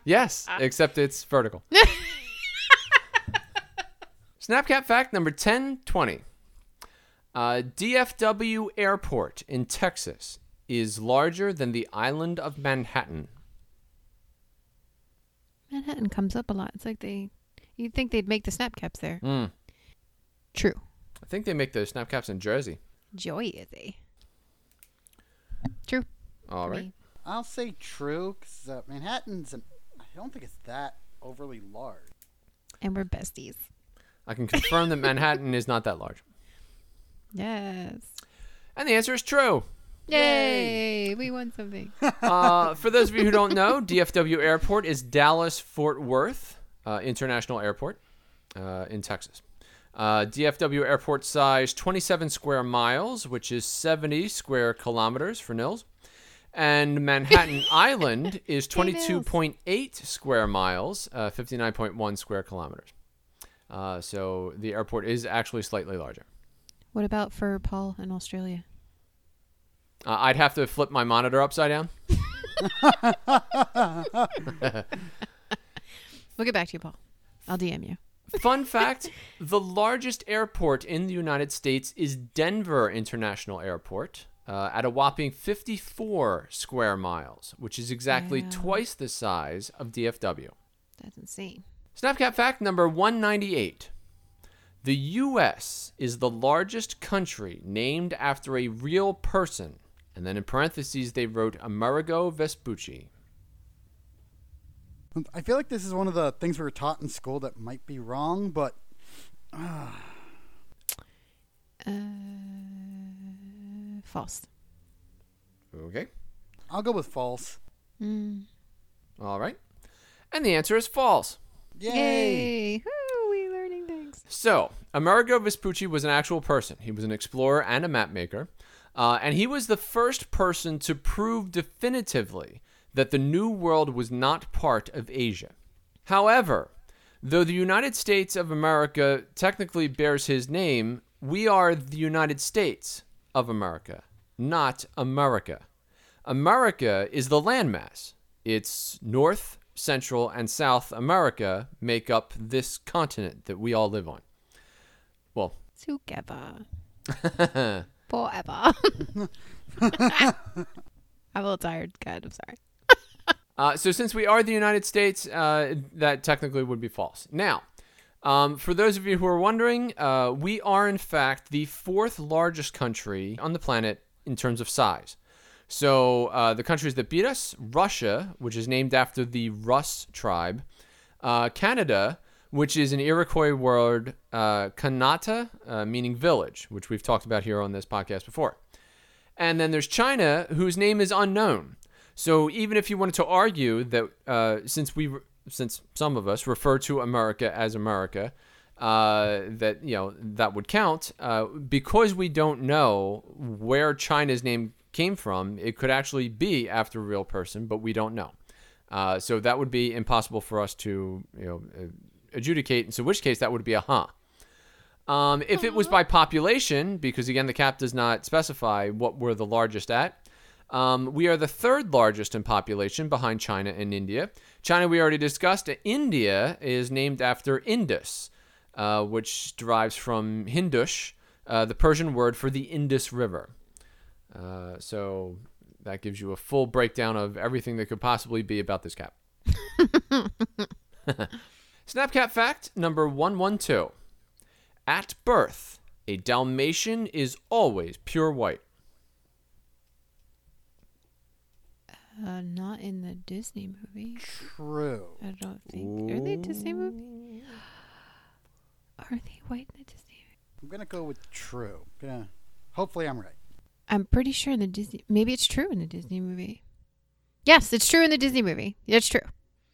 [SPEAKER 2] Yes, except it's vertical. Snapcap fact number 1020. Uh, DFW Airport in Texas is larger than the island of Manhattan.
[SPEAKER 1] Manhattan comes up a lot. It's like they you'd think they'd make the snap caps there.
[SPEAKER 2] Hmm.
[SPEAKER 1] True.
[SPEAKER 2] I think they make the snap caps in Jersey.
[SPEAKER 1] Joy is a True.
[SPEAKER 2] All right.
[SPEAKER 1] Me.
[SPEAKER 5] I'll say true because uh, Manhattan's. An, I don't think it's that overly large.
[SPEAKER 1] And we're besties.
[SPEAKER 2] I can confirm that Manhattan is not that large.
[SPEAKER 1] Yes.
[SPEAKER 2] And the answer is true.
[SPEAKER 1] Yay! We won something.
[SPEAKER 2] Uh, for those of you who don't know, DFW Airport is Dallas Fort Worth uh, International Airport uh, in Texas. Uh, DFW Airport size 27 square miles, which is 70 square kilometers for Nils. And Manhattan Island is 22.8 square miles, uh, 59.1 square kilometers. Uh, so the airport is actually slightly larger.
[SPEAKER 1] what about for Paul in Australia?
[SPEAKER 2] Uh, I'd have to flip my monitor upside down.
[SPEAKER 1] We'll get back to you, Paul. I'll DM you.
[SPEAKER 2] Fun fact the largest airport in the United States is Denver International Airport uh, at a whopping 54 square miles, which is exactly twice the size of DFW.
[SPEAKER 1] That's insane.
[SPEAKER 2] Snapchat fact number 198. The US is the largest country named after a real person. And then in parentheses, they wrote Amerigo Vespucci.
[SPEAKER 5] I feel like this is one of the things we were taught in school that might be wrong, but
[SPEAKER 1] False.
[SPEAKER 2] Okay.
[SPEAKER 5] I'll go with false.
[SPEAKER 2] All right. And the answer is false.
[SPEAKER 1] Yay! Woo, we learning things.
[SPEAKER 2] So, Amerigo Vespucci was an actual person. He was an explorer and a map maker. Uh, and he was the first person to prove definitively that the New World was not part of Asia. However, though the United States of America technically bears his name, we are the United States of America, not America. America is the landmass. It's North, Central, and South America make up this continent that we all live on. Well,
[SPEAKER 1] Together. Forever. I'm a little tired, God. I'm sorry.
[SPEAKER 2] Uh, so since we are the United States, uh, that technically would be false. Now, um, for those of you who are wondering, uh, we are in fact the fourth largest country on the planet in terms of size. So uh, the countries that beat us: Russia, which is named after the Rus tribe, uh, Canada, which is an Iroquois word, uh, Kanata, uh, meaning village, which we've talked about here on this podcast before. And then there's China, whose name is unknown. So even if you wanted to argue that, uh, since we, since some of us refer to America as America, uh, that you know that would count uh, because we don't know where China's name came from. It could actually be after a real person, but we don't know. Uh, so that would be impossible for us to you know uh, adjudicate. In so which case that would be a huh. Um, if it was by population, because again, the cap does not specify what we're the largest at, um, we are the third largest in population behind China and India. China, we already discussed. India is named after Indus, uh, which derives from Hindush, uh, the Persian word for the Indus River. Uh, so that gives you a full breakdown of everything that could possibly be about this cap. Snapcap fact number 112. At birth, a Dalmatian is always pure white.
[SPEAKER 1] Uh, not in the Disney movie.
[SPEAKER 5] True.
[SPEAKER 1] I don't think. Are they Disney movie? Are they white in the Disney movie?
[SPEAKER 5] I'm gonna go with true. Gonna, hopefully, I'm right.
[SPEAKER 1] I'm pretty sure in the Disney. Maybe it's true in the Disney movie. Yes, it's true in the Disney movie. It's true.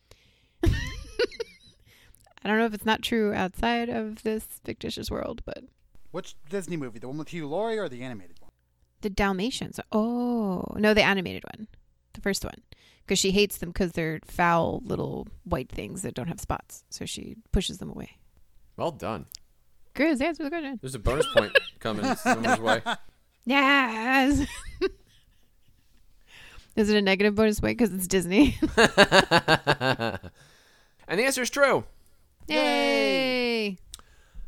[SPEAKER 1] I don't know if it's not true outside of this fictitious world, but
[SPEAKER 5] Which Disney movie? The one with Hugh Laurie or the animated one?
[SPEAKER 1] the Dalmatians. Oh no, the animated one, the first one, because she hates them because they're foul little white things that don't have spots. So she pushes them away.
[SPEAKER 2] Well done.
[SPEAKER 1] Chris, answer the question.
[SPEAKER 2] There's a bonus point coming someone's way.
[SPEAKER 1] Yes. Is it a negative bonus point because it's Disney?
[SPEAKER 2] And the answer is true.
[SPEAKER 1] Yay!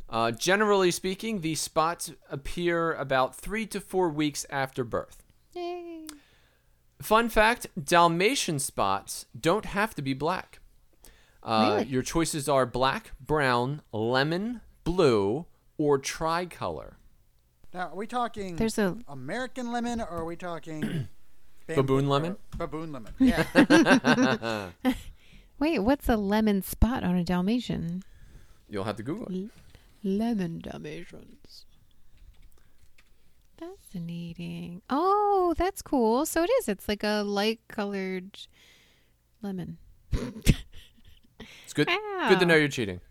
[SPEAKER 2] Uh, generally speaking, these spots appear about three to four weeks after birth.
[SPEAKER 1] Yay!
[SPEAKER 2] Fun fact Dalmatian spots don't have to be black. Uh,
[SPEAKER 1] Really?
[SPEAKER 2] Your choices are black, brown, lemon, blue, or tricolor.
[SPEAKER 5] Now, are we talking
[SPEAKER 1] There's a
[SPEAKER 5] American lemon or are we talking bamboo-
[SPEAKER 2] Baboon lemon?
[SPEAKER 5] or Baboon lemon. Yeah.
[SPEAKER 1] wait. What's a lemon spot on a Dalmatian?
[SPEAKER 2] You'll have to Google it.
[SPEAKER 1] Lemon Dalmatians. Fascinating. Oh, that's cool. So it is. It's like a light colored lemon.
[SPEAKER 2] It's good,
[SPEAKER 1] Wow.
[SPEAKER 2] good to know you're cheating.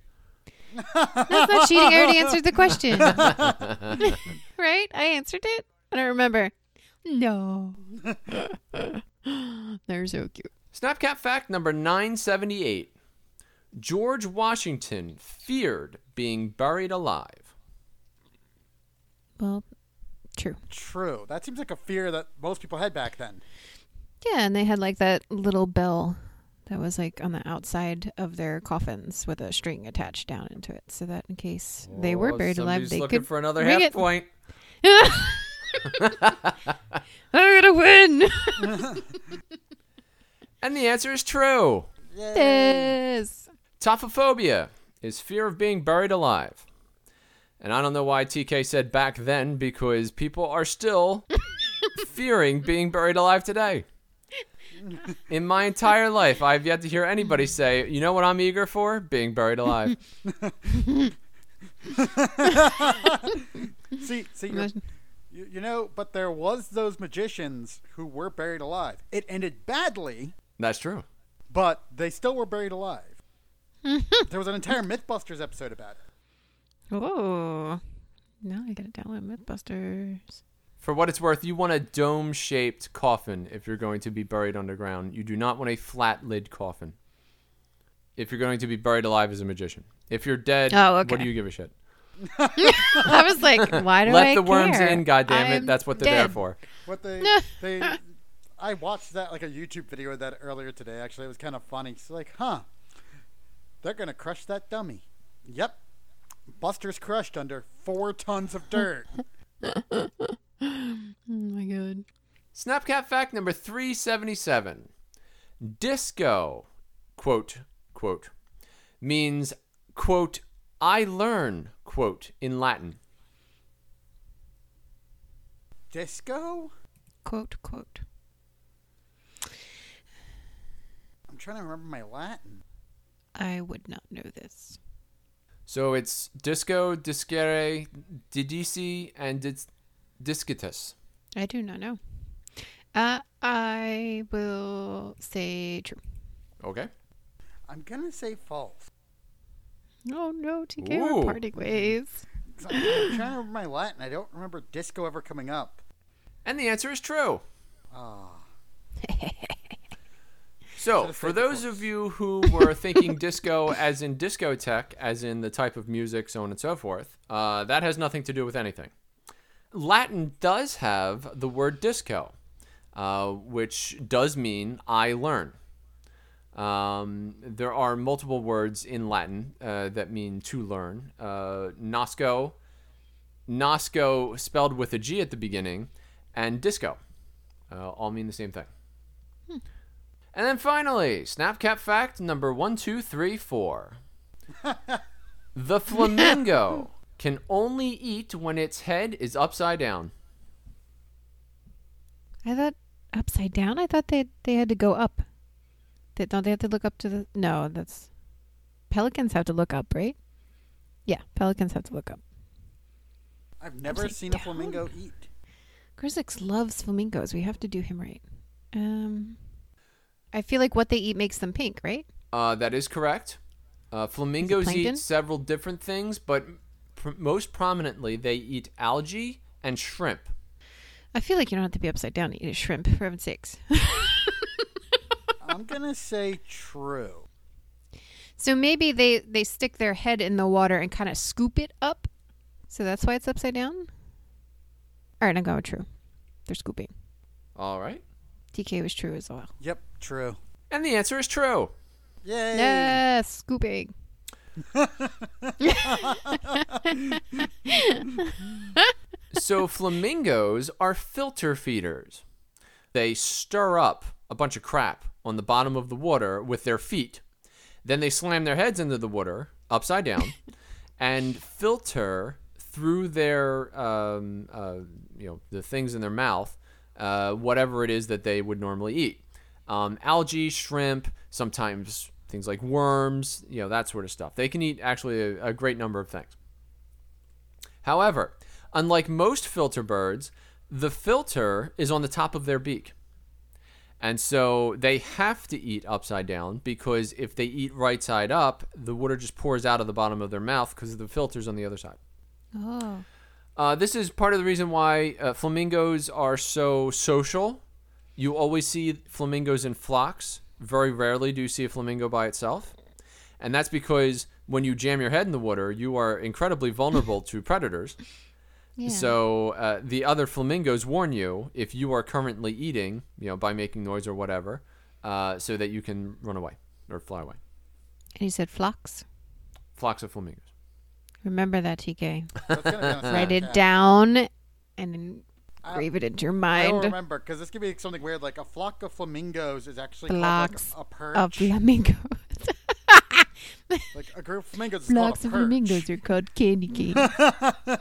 [SPEAKER 1] That's not cheating. I already answered the question. right? I answered it. I don't remember. No. They're so cute.
[SPEAKER 2] Snapcap fact number 978 George Washington feared being buried alive.
[SPEAKER 1] Well, True.
[SPEAKER 5] True. That seems like a fear that most people had back then.
[SPEAKER 1] Yeah, and they had like that little bell that was like on the outside of their coffins with a string attached down into it, so that in case they were
[SPEAKER 2] Oh,
[SPEAKER 1] buried alive,
[SPEAKER 2] somebody's
[SPEAKER 1] they
[SPEAKER 2] looking
[SPEAKER 1] could
[SPEAKER 2] for another
[SPEAKER 1] ring
[SPEAKER 2] half
[SPEAKER 1] it.
[SPEAKER 2] point.
[SPEAKER 1] I'm gonna win.
[SPEAKER 2] And the answer is true.
[SPEAKER 1] yes.
[SPEAKER 2] Taphophobia is fear of being buried alive. And I don't know why TK said back then because people are still fearing being buried alive today. In my entire life, I've yet to hear anybody say, "You know what I'm eager for? Being buried alive."
[SPEAKER 5] See, see, you're, you, you know, but there was those magicians who were buried alive. It ended badly,
[SPEAKER 2] That's true.
[SPEAKER 5] but they still were buried alive. there was an entire MythBusters episode about it.
[SPEAKER 1] Oh. Now I gotta download MythBusters.
[SPEAKER 2] For what it's worth, you want a dome-shaped coffin if you're going to be buried underground. You do not want a flat-lid coffin. If you're going to be buried alive as a magician. If you're dead,
[SPEAKER 1] Oh,
[SPEAKER 2] what
[SPEAKER 1] okay.
[SPEAKER 2] do you give a shit?
[SPEAKER 1] I was like, why do
[SPEAKER 2] Let
[SPEAKER 1] I
[SPEAKER 2] the worms
[SPEAKER 1] care?
[SPEAKER 2] in, goddamn it!
[SPEAKER 1] I'm
[SPEAKER 2] That's what they're there
[SPEAKER 1] dead.
[SPEAKER 2] for.
[SPEAKER 5] What they they I watched that like a YouTube video of that earlier today. Actually, it was kind of funny. It's like, huh? They're gonna crush that dummy. Yep. Buster's crushed under four tons of dirt.
[SPEAKER 1] Oh my god.
[SPEAKER 2] Snapcat fact number 377. Disco, quote, quote, means, quote, I learn, quote, in Latin.
[SPEAKER 5] Disco?
[SPEAKER 1] Quote quote.
[SPEAKER 5] I'm trying to remember my Latin.
[SPEAKER 1] I would not know this.
[SPEAKER 2] So it's disco, discere, didici, and dis- discitus.
[SPEAKER 1] I do not know. Uh, I will say true.
[SPEAKER 2] Okay.
[SPEAKER 5] I'm gonna say false.
[SPEAKER 1] Oh no, TK,
[SPEAKER 2] Ooh.
[SPEAKER 1] we're parting ways.
[SPEAKER 5] 'Cause I'm I'm trying to remember my Latin. I don't remember disco ever coming up.
[SPEAKER 2] And the answer is true.
[SPEAKER 5] Ah.
[SPEAKER 2] So, for those of you who were thinking disco as in discotheque, as in the type of music, so on and so forth, uh, that has nothing to do with anything. Latin does have the word disco, uh, which does mean I learn. Um, there are multiple words in Latin uh, that mean to learn. Uh, nosco, nosco spelled with a G at the beginning, and disco uh, all mean the same thing. And then finally, Snapcap fact number one, two, three, four. the flamingo can only eat when its head is upside down.
[SPEAKER 1] I thought upside down. I thought they they had to go up. They, don't they have to look up to the? No, that's pelicans have to look up, right? Yeah, pelicans have to look up.
[SPEAKER 5] I've never
[SPEAKER 1] Upside
[SPEAKER 5] seen a
[SPEAKER 1] down.
[SPEAKER 5] flamingo eat.
[SPEAKER 1] Grisix loves flamingos. We have to do him right. Um, I feel like what they eat makes them pink, right?
[SPEAKER 2] Uh, that is correct. Uh, flamingos
[SPEAKER 1] plankton?
[SPEAKER 2] eat several different things, but pr- most prominently, they eat algae and shrimp.
[SPEAKER 1] I feel like you don't have to be upside down to eat a shrimp. For heaven's sakes.
[SPEAKER 5] I'm gonna say true.
[SPEAKER 1] So maybe they they stick their head in the water and kind of scoop it up. So that's why it's upside down. All right, I'm going with true. They're scooping.
[SPEAKER 2] All right.
[SPEAKER 1] TK was true as well.
[SPEAKER 5] Yep, true.
[SPEAKER 2] And the answer is true.
[SPEAKER 5] Yay!
[SPEAKER 1] Yes, scooping.
[SPEAKER 2] so flamingos are filter feeders. They stir up a bunch of crap on the bottom of the water with their feet. Then they slam their heads into the water upside down and filter through their um, uh, you know the things in their mouth uh, whatever it is that they would normally eat um, algae shrimp sometimes things like worms you know that sort of stuff they can eat actually a, a great number of things However, unlike most filter birds, the filter is on the top of their beak. And so they have to eat upside down because if they eat right side up, the water just pours out of the bottom of their mouth because the filter's on the other side.
[SPEAKER 1] Oh,
[SPEAKER 2] Uh, this is part of the reason why uh, flamingos are so social. You always see flamingos in flocks. Very rarely do you see a flamingo by itself. And that's because when you jam your head in the water, you are incredibly vulnerable to predators.
[SPEAKER 1] Yeah.
[SPEAKER 2] So uh, the other flamingos warn you if you are currently eating, you know, by making noise or whatever, uh, so that you can run away or fly away.
[SPEAKER 1] And he said flocks.
[SPEAKER 2] Flocks of flamingos.
[SPEAKER 1] Remember that, TK.
[SPEAKER 5] That's gonna be on
[SPEAKER 1] Write it
[SPEAKER 5] Snapchat.
[SPEAKER 1] down and engrave it into your
[SPEAKER 5] I don't
[SPEAKER 1] mind.
[SPEAKER 5] remember because this could be something weird. Like a flock of flamingos is actually
[SPEAKER 1] Flocks
[SPEAKER 5] called like, a- a perch.
[SPEAKER 1] Of flamingos.
[SPEAKER 5] like a group of flamingos is
[SPEAKER 1] Flocks of
[SPEAKER 5] called a perch.
[SPEAKER 1] flamingos are called candy canes.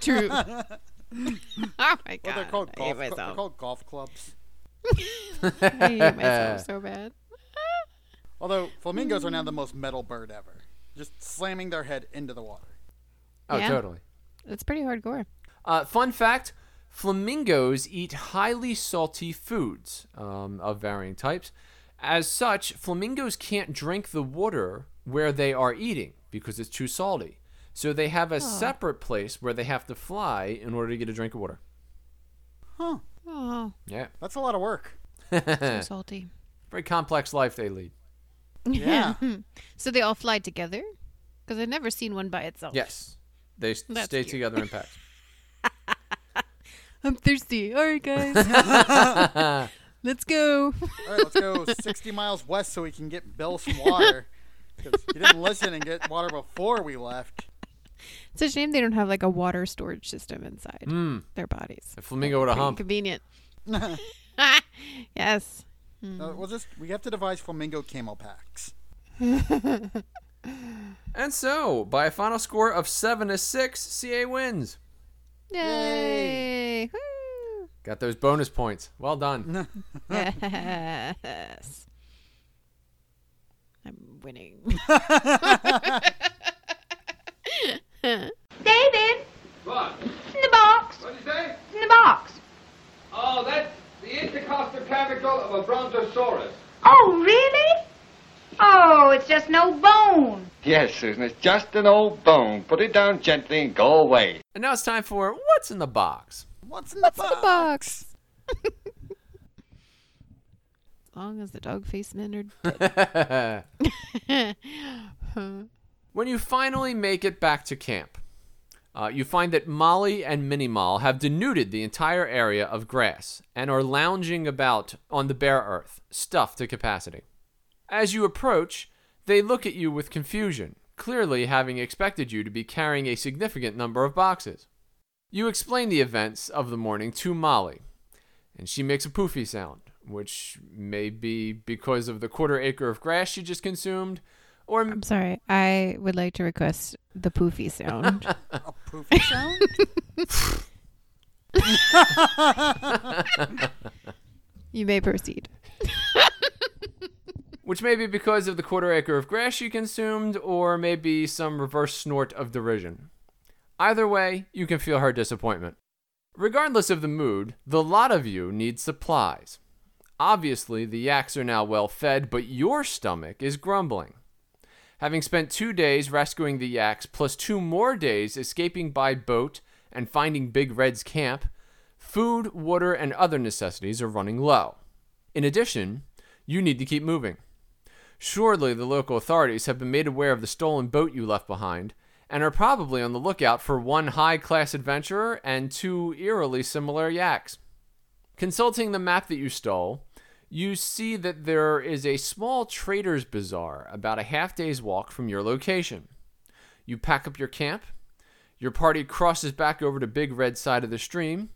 [SPEAKER 1] True. oh my god. um,
[SPEAKER 5] Well, they're called
[SPEAKER 1] I hate
[SPEAKER 5] golf. cl- they're
[SPEAKER 1] myself.
[SPEAKER 5] called golf clubs.
[SPEAKER 1] I hate myself so bad.
[SPEAKER 5] Although flamingos are now the most metal bird ever, just slamming their head into the water.
[SPEAKER 2] Oh,
[SPEAKER 1] Yeah.
[SPEAKER 2] totally.
[SPEAKER 1] It's pretty hardcore.
[SPEAKER 2] Uh, fun fact flamingos eat highly salty foods um, of varying types. As such, flamingos can't drink the water where they are eating because it's too salty. So they have a separate place where they have to fly in order to get a drink of water.
[SPEAKER 1] Oh,
[SPEAKER 2] Yeah.
[SPEAKER 5] That's a lot of work.
[SPEAKER 1] so salty.
[SPEAKER 2] Very complex life they lead.
[SPEAKER 5] Yeah.
[SPEAKER 1] So they all fly together? Because I've never seen one by itself.
[SPEAKER 2] Yes. They s-
[SPEAKER 1] That's
[SPEAKER 2] stay
[SPEAKER 1] cute.
[SPEAKER 2] together in packs.
[SPEAKER 1] I'm thirsty. All right, guys. Let's go.
[SPEAKER 5] All right, let's go 60 miles west so we can get Bill some water. 'Cause he didn't listen and get water before we left.
[SPEAKER 1] It's a shame they don't have like a water storage system inside their bodies.
[SPEAKER 2] A flamingo with Hmm. a hump.
[SPEAKER 1] Convenient. yes. Mm.
[SPEAKER 5] Uh, we'll just we have to devise flamingo camel packs.
[SPEAKER 2] And so, by a final score of 7 to 6, CA wins.
[SPEAKER 1] Yay. Woo.
[SPEAKER 2] Got those bonus points. Well done.
[SPEAKER 1] Yes. I'm winning.
[SPEAKER 8] David. What? In the box. What'd you say? In the box.
[SPEAKER 9] Oh, that's the intercostal clavicle of a brontosaurus.
[SPEAKER 8] Oh, really? Oh, it's just no bone.
[SPEAKER 9] Yes, Susan, it's just an old bone. Put it down gently and go away.
[SPEAKER 2] and now it's time for What's in the Box?
[SPEAKER 5] What's in the
[SPEAKER 1] The
[SPEAKER 5] box?
[SPEAKER 1] box. as long as the dog face men are dead.
[SPEAKER 2] When you finally make it back to camp, uh, you find that Molly and Minnie Moll have denuded the entire area of grass and are lounging about on the bare earth, stuffed to capacity. As you approach, they look at you with confusion, clearly having expected you to be carrying a significant number of boxes. You explain the events of the morning to Molly, and she makes a poofy sound, which may be because of the quarter acre of grass she just consumed, or
[SPEAKER 1] I'm sorry. I would like to request the poofy sound.
[SPEAKER 5] A poofy sound?
[SPEAKER 1] you may proceed.
[SPEAKER 2] which may be because of the quarter acre of grass you consumed, or maybe some reverse snort of derision. Either way, you can feel her disappointment. Regardless of the mood, the lot of you need supplies. Obviously, the yaks are now well fed, but your stomach is grumbling. Having spent two days rescuing the yaks, plus two more days escaping by boat and finding Big Red's camp, food, water, and other necessities are running low. In addition, you need to keep moving. Surely the local authorities have been made aware of the stolen boat you left behind and are probably on the lookout for one high class adventurer and two eerily similar yaks. Consulting the map that you stole, you see that there is a small trader's bazaar about a half day's walk from your location. You pack up your camp, your party crosses back over to Big Red side of the stream,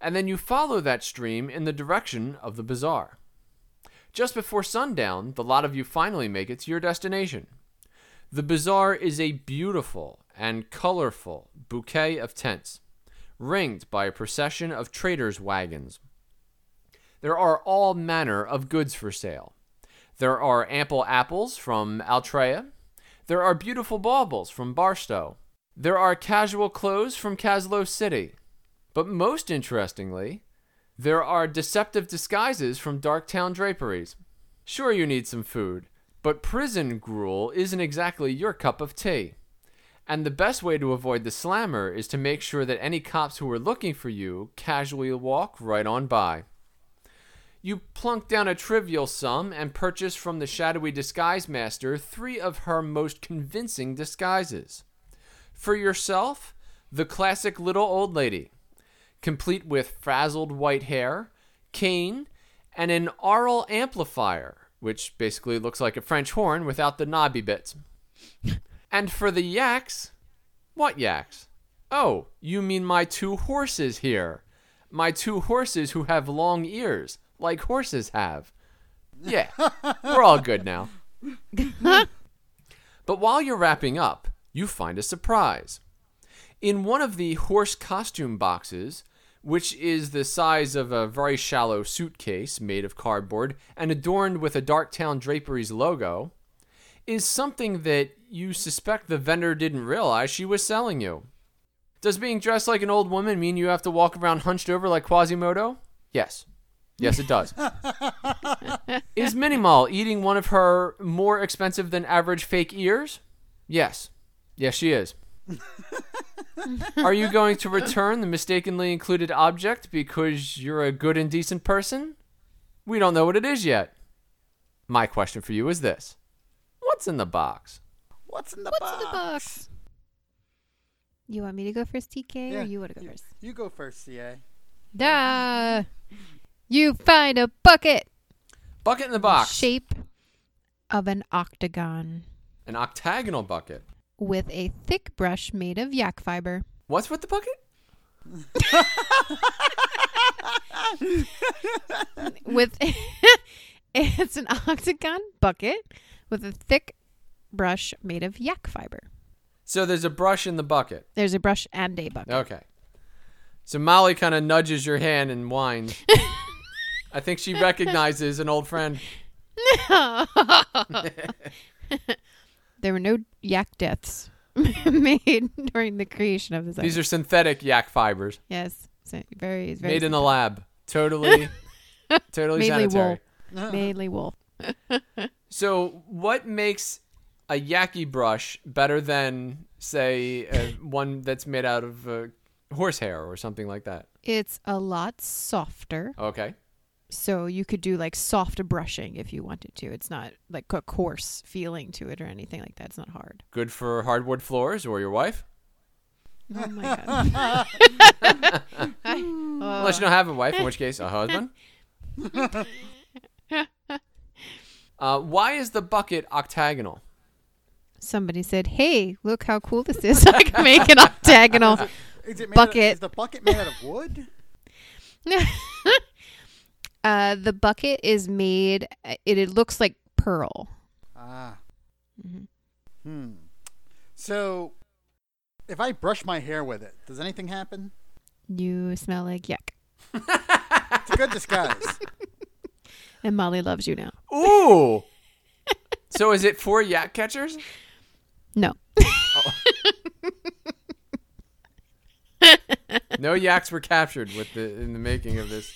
[SPEAKER 2] and then you follow that stream in the direction of the bazaar. Just before sundown, the lot of you finally make it to your destination. The bazaar is a beautiful and colorful bouquet of tents, ringed by a procession of traders' wagons. There are all manner of goods for sale. There are ample apples from Altrea. There are beautiful baubles from Barstow. There are casual clothes from Caslow City. But most interestingly, there are deceptive disguises from Darktown draperies. Sure, you need some food, but prison gruel isn't exactly your cup of tea. And the best way to avoid the slammer is to make sure that any cops who are looking for you casually walk right on by. You plunk down a trivial sum and purchase from the shadowy disguise master three of her most convincing disguises. For yourself, the classic little old lady, complete with frazzled white hair, cane, and an aural amplifier, which basically looks like a French horn without the knobby bits. and for the yaks, what yaks? Oh, you mean my two horses here. My two horses who have long ears, like horses have. Yeah, we're all good now. but while you're wrapping up, you find a surprise. In one of the horse costume boxes, which is the size of a very shallow suitcase made of cardboard and adorned with a Darktown Draperies logo, is something that you suspect the vendor didn't realize she was selling you. Does being dressed like an old woman mean you have to walk around hunched over like Quasimodo? Yes. Yes, it does. is Minimal eating one of her more expensive than average fake ears? Yes. Yes, she is. Are you going to return the mistakenly included object because you're a good and decent person? We don't know what it is yet. My question for you is this What's in the box?
[SPEAKER 5] What's in the
[SPEAKER 1] What's
[SPEAKER 5] box?
[SPEAKER 1] in the box? You want me to go first, TK,
[SPEAKER 5] Yeah,
[SPEAKER 1] or you want to go first?
[SPEAKER 5] You go first, CA.
[SPEAKER 1] Duh. You find a bucket
[SPEAKER 2] Bucket in the box.
[SPEAKER 1] shape of an octagon
[SPEAKER 2] An octagonal bucket.
[SPEAKER 1] with a thick brush made of yak fiber.
[SPEAKER 2] What's with the bucket?
[SPEAKER 1] With it's an octagon bucket with a thick brush made of yak fiber.
[SPEAKER 2] So there's a brush in the bucket.
[SPEAKER 1] There's a brush and a bucket.
[SPEAKER 2] Okay. So Molly kind of nudges your hand and whines. I think she recognizes an old friend.
[SPEAKER 1] There were no yak deaths made during the creation of this.
[SPEAKER 2] These
[SPEAKER 1] item.
[SPEAKER 2] are synthetic yak fibers
[SPEAKER 1] yes, so very, it's very
[SPEAKER 2] made in a lab. Totally, totally
[SPEAKER 1] mainly
[SPEAKER 2] sanitary.
[SPEAKER 1] wool, mainly wool.
[SPEAKER 2] So, what makes a yaki brush better than, say, uh, one that's made out of uh, horsehair or something like that?
[SPEAKER 1] It's a lot softer,
[SPEAKER 2] Okay.
[SPEAKER 1] so you could do like soft brushing if you wanted to. It's not like a coarse feeling to it or anything like that. It's not hard.
[SPEAKER 2] Good for hardwood floors or your wife?
[SPEAKER 1] Oh my god!
[SPEAKER 2] Unless you don't have a wife, in which case, a husband. uh, why is the bucket octagonal?
[SPEAKER 1] Somebody said, "Hey, look how cool this is! I can make an octagonal."
[SPEAKER 5] Is it made Out
[SPEAKER 1] Bucket.
[SPEAKER 5] of, is the bucket made out of wood?
[SPEAKER 1] Uh, the bucket is made. It, it looks like pearl.
[SPEAKER 5] Ah. Hmm. So, if I brush my hair with it, does anything happen?
[SPEAKER 1] You smell like yuck.
[SPEAKER 5] It's a good disguise.
[SPEAKER 1] And Molly loves you now.
[SPEAKER 2] Ooh. so is it for yak catchers?
[SPEAKER 1] No.
[SPEAKER 2] No yaks were captured with the in the making of this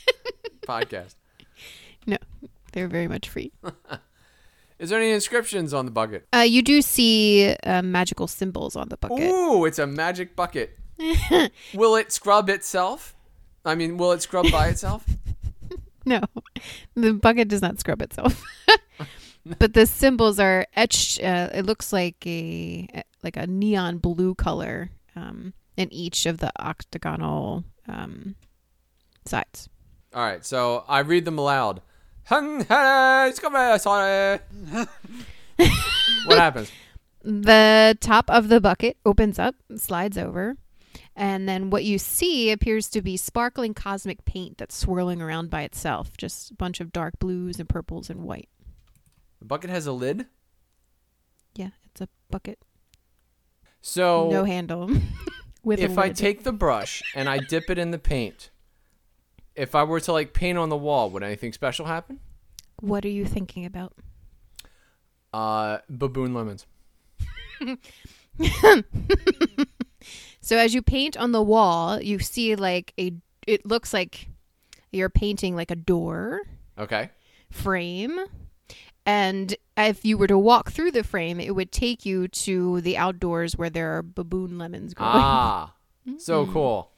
[SPEAKER 2] podcast.
[SPEAKER 1] No. They're very much free.
[SPEAKER 2] Is there any inscriptions on the bucket?
[SPEAKER 1] Uh, you do see uh, magical symbols on the bucket.
[SPEAKER 2] Ooh, it's a magic bucket. will it scrub itself? I mean, will it scrub by itself?
[SPEAKER 1] No. The bucket does not scrub itself. but the symbols are etched. Uh, it looks like a uh, like a neon blue color um, in each of the octagonal um, sides.
[SPEAKER 2] All right, so I read them aloud. Hung, hey, scrub it, sorry. what happens?
[SPEAKER 1] The top of the bucket opens up, slides over, and then what you see appears to be sparkling cosmic paint that's swirling around by itself, just a bunch of dark blues and purples and white.
[SPEAKER 2] The bucket has a lid.
[SPEAKER 1] Yeah, it's a bucket,
[SPEAKER 2] So
[SPEAKER 1] no handle. With a
[SPEAKER 2] Oh. if I
[SPEAKER 1] lid.
[SPEAKER 2] take the brush and I dip it in the paint, if I were to like paint on the wall, would anything special happen?
[SPEAKER 1] what are you thinking about?
[SPEAKER 2] Uh, baboon lemons.
[SPEAKER 1] So as you paint on the wall, you see like a. It looks like you're painting like a door
[SPEAKER 2] Okay.
[SPEAKER 1] frame. And if you were to walk through the frame, it would take you to the outdoors where there are baboon lemons growing.
[SPEAKER 2] Ah, so cool.